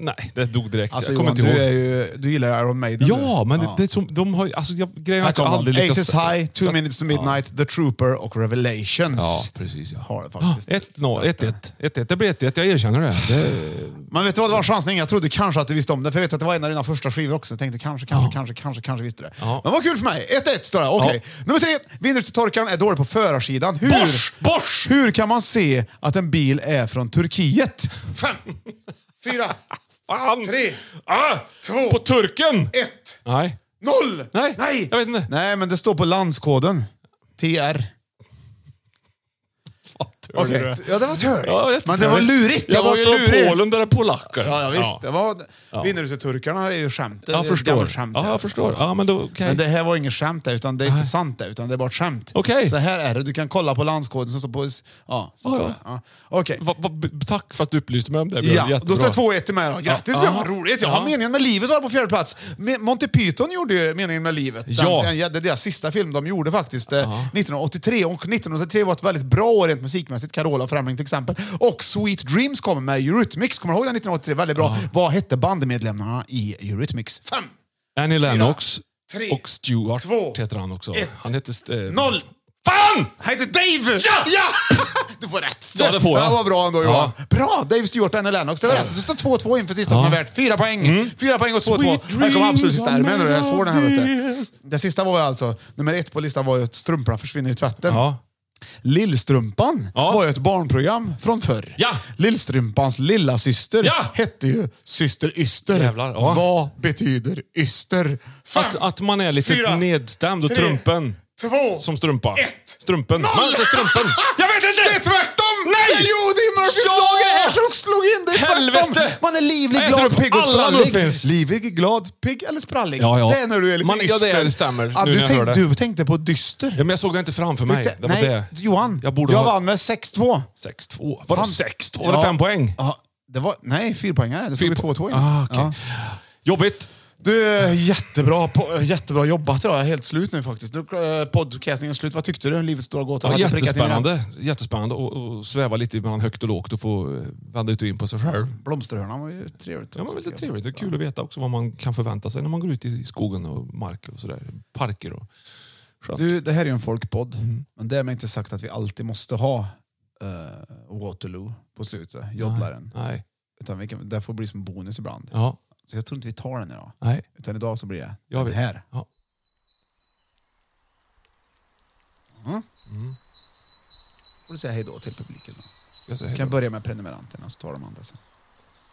Nej, det dog direkt.
Alltså
jag kommer
Johan,
inte
du,
ihåg.
är ju, du gillar ju Iron Maiden.
Ja,
du.
men Det, det är som, de har ju- alltså, jag, grejen är
Här
att jag
kommer
aldrig
de. Aces
lyckats...
High, Two
Så-
Minutes to Midnight, The Trooper och Revelations.
Ja, precis. Ja.
Har det faktiskt.
1-0, 1-1. 1-1. Det blir 1-1, jag erkänner det. det
Men vet du vad, det var en chansning. Jag trodde kanske att du visste om det, för jag vet att det var en av dina första skivor också. Jag tänkte kanske, kanske, kanske, kanske, kanske visste du det.
Ja.
Men vad kul för mig! 1-1 står det. Okej. Nummer tre. Vindrutetorkaren är dålig på förarsidan. Hur,
Bosch! Bosch!
hur kan man se att en bil är från Turkiet? Fem,
[LAUGHS]
fyra,
Fan!
Tre.
Ah,
Två.
På turken!
ett,
Nej.
noll!
Nej.
Nej!
Jag vet inte.
Nej, men det står på landskoden. TR.
tur.
Okej,
det.
ja, det var tur.
Ja, jättetur.
Men det var lurigt.
Jag
Det var
var
ju
från
lurigt.
Polen, där det är polacker.
Ja, ja visst. Det var,
Ja.
Vinneruteturkarna är ju skämt.
Jag
Ett
förstår.
gammalt Skämt,
Ja, jag förstår. Ja, men, då, okej.
men det här var inget skämt, där, utan det är inte sant, där, utan det är bara ett skämt.
Okej.
Så här är det. Du kan kolla på landskoden som står på... Ja, så
Ja,
står
ja.
det. Ja. Okej.
Va, va, b- tack för att du upplyste mig om det. Björn.
Ja, då
Jättebra.
står det 2-1 till mig då. Grattis
Ja.
Björn, vad
Ja.
roligt! Jag har
Ja.
Meningen med livet var på fjärde plats. Me- Monty Python gjorde ju Meningen med livet. Den,
Ja.
den- Det är deras sista film de gjorde faktiskt, eh, 1983. Och 1983 var ett väldigt bra år rent musikmässigt. Carola och Främling till exempel. Och Sweet Dreams kommer med Eurythmics. Kommer du ihåg den 1983? Väldigt bra. Vad hette bandmedlemmarna i Eurythmics? Fem,
Annie Lennox
tre,
och Stuart
två,
heter han också.
ett,
han heter... St- eh,
noll! Fan! Han heter Dave! Ja! [LAUGHS] Du får rätt!
Ja, det får jag.
Det var bra ändå
Ja.
Johan. Bra! Dave Stewart och Annie Lennox. Det var rätt. Det står 2-2 inför sista som är värt fyra poäng. Fyra poäng och 2-2.
Mm. Sweet
Här kommer absolut sista. Här.
dreams
Men du, det är
are
svår den här vet
made
du. Det sista var ju alltså, nummer ett på listan var ju att strumporna försvinner i tvätten. Lillstrumpan var ju ett barnprogram från förr.
Ja.
Lillstrumpans lilla syster
Ja.
hette ju Syster Yster.
Jävlar, ja.
Vad betyder yster? Fem,
Att, att man är lite
Fyra,
nedstämd och
tre,
trumpen.
två,
Som strumpa.
ett,
Strumpen.
noll!
Man säger strumpen. Jag vet inte!
Det är tvärtom!
Nej!
Det är Jo, det är Murphys
Ja!
lag det här som slog in! Det är tvärtom!
Helvete!
Man är livlig,
Jag äter
glad,
upp
pigg och
alla
sprallig.
Murphys.
Livlig, glad, pigg eller sprallig.
Ja, ja.
Det är när du är lite
Man-
yster.
ja, det är- det stämmer,
Ja,
nu
du,
när jag
tänk,
hör det.
du tänkte på dyster.
Ja, men jag såg det inte framför
Du
mig.
tän-
det var
nej,
det.
Johann.
Jag borde ha-
vann med 6-2.
6-2. Vadå
Fan.
6-2? Var det
Ja.
5 poäng?
Ja, det var, nej, fyrpoängare. Det stod ju 2-2 innan.
Ah, okej.
Ja.
Jobbigt.
Du, jättebra, po- jättebra jobbat idag. Jag är helt slut nu faktiskt. Nu, eh, podcastingen är slut. Vad tyckte du? Livets stora gåta.
Ja,
Hade jag prickat in rätt?
jättespännande. Jättespännande och, och sväva lite mellan högt och lågt och få eh, vända ut och in på sig själv.
Blomsterhörnan var ju trevligt.
Ja, men
också.
lite trevligt. Det är kul att veta också vad man kan förvänta sig när man går ut i skogen och mark och sådär. Parker och... Skönt.
Du, det här är ju en folkpodd,
Mm.
men därmed inte sagt att vi alltid måste ha eh, Waterloo på slutet, joddlaren.
Nej.
Utan vi kan, det får bli som bonus ibland.
Ja.
Så jag tror inte vi tar den idag.
Nej.
Utan idag så blir det
Jag
den
vet.
här.
Ja.
Mm. får du säga hej då till publiken. Då.
Jag säger
Vi
hej
kan
då.
börja med prenumeranterna så tar de andra sen.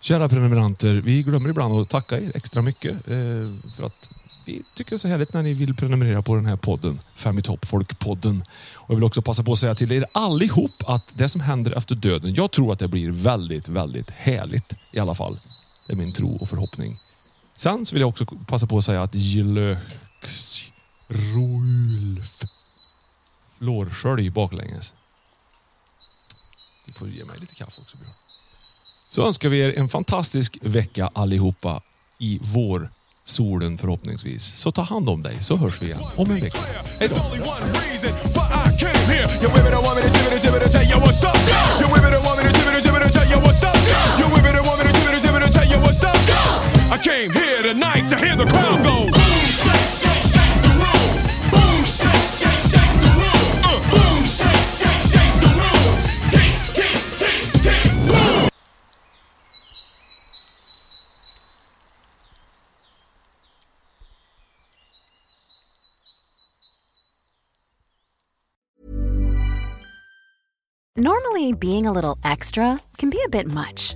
Kära prenumeranter, vi glömmer ibland att tacka er extra mycket. Eh, för att vi tycker det är så härligt när ni vill prenumerera på den här podden. Fem i topp, Folkpodden. Och jag vill också passa på att säga till er allihop att det som händer efter döden, jag tror att det blir väldigt, väldigt härligt i alla fall. Det är min tro och förhoppning. Sen så vill jag också passa på att säga att Gilöks Rolf Flårskölj baklänges. Du får ge mig lite kaffe också Björn. Så önskar vi er en fantastisk vecka allihopa i vår solen förhoppningsvis. Så ta hand om dig så hörs vi igen om en vecka. Hej då!
Your women don't want me to give it a give it a tell you what's up. Your women don't want me to give it a give it a tell you what's up. Your women don't want me to give it a give it a tell you what's up. I came here tonight to hear the crowd go. Boom, shake, shake, shake the room. Boom, shake, shake, shake the room. Uh, boom, shake, shake, shake the room. Tick, tick, tick, tick, boom.
Normally, being a little extra can be a bit much,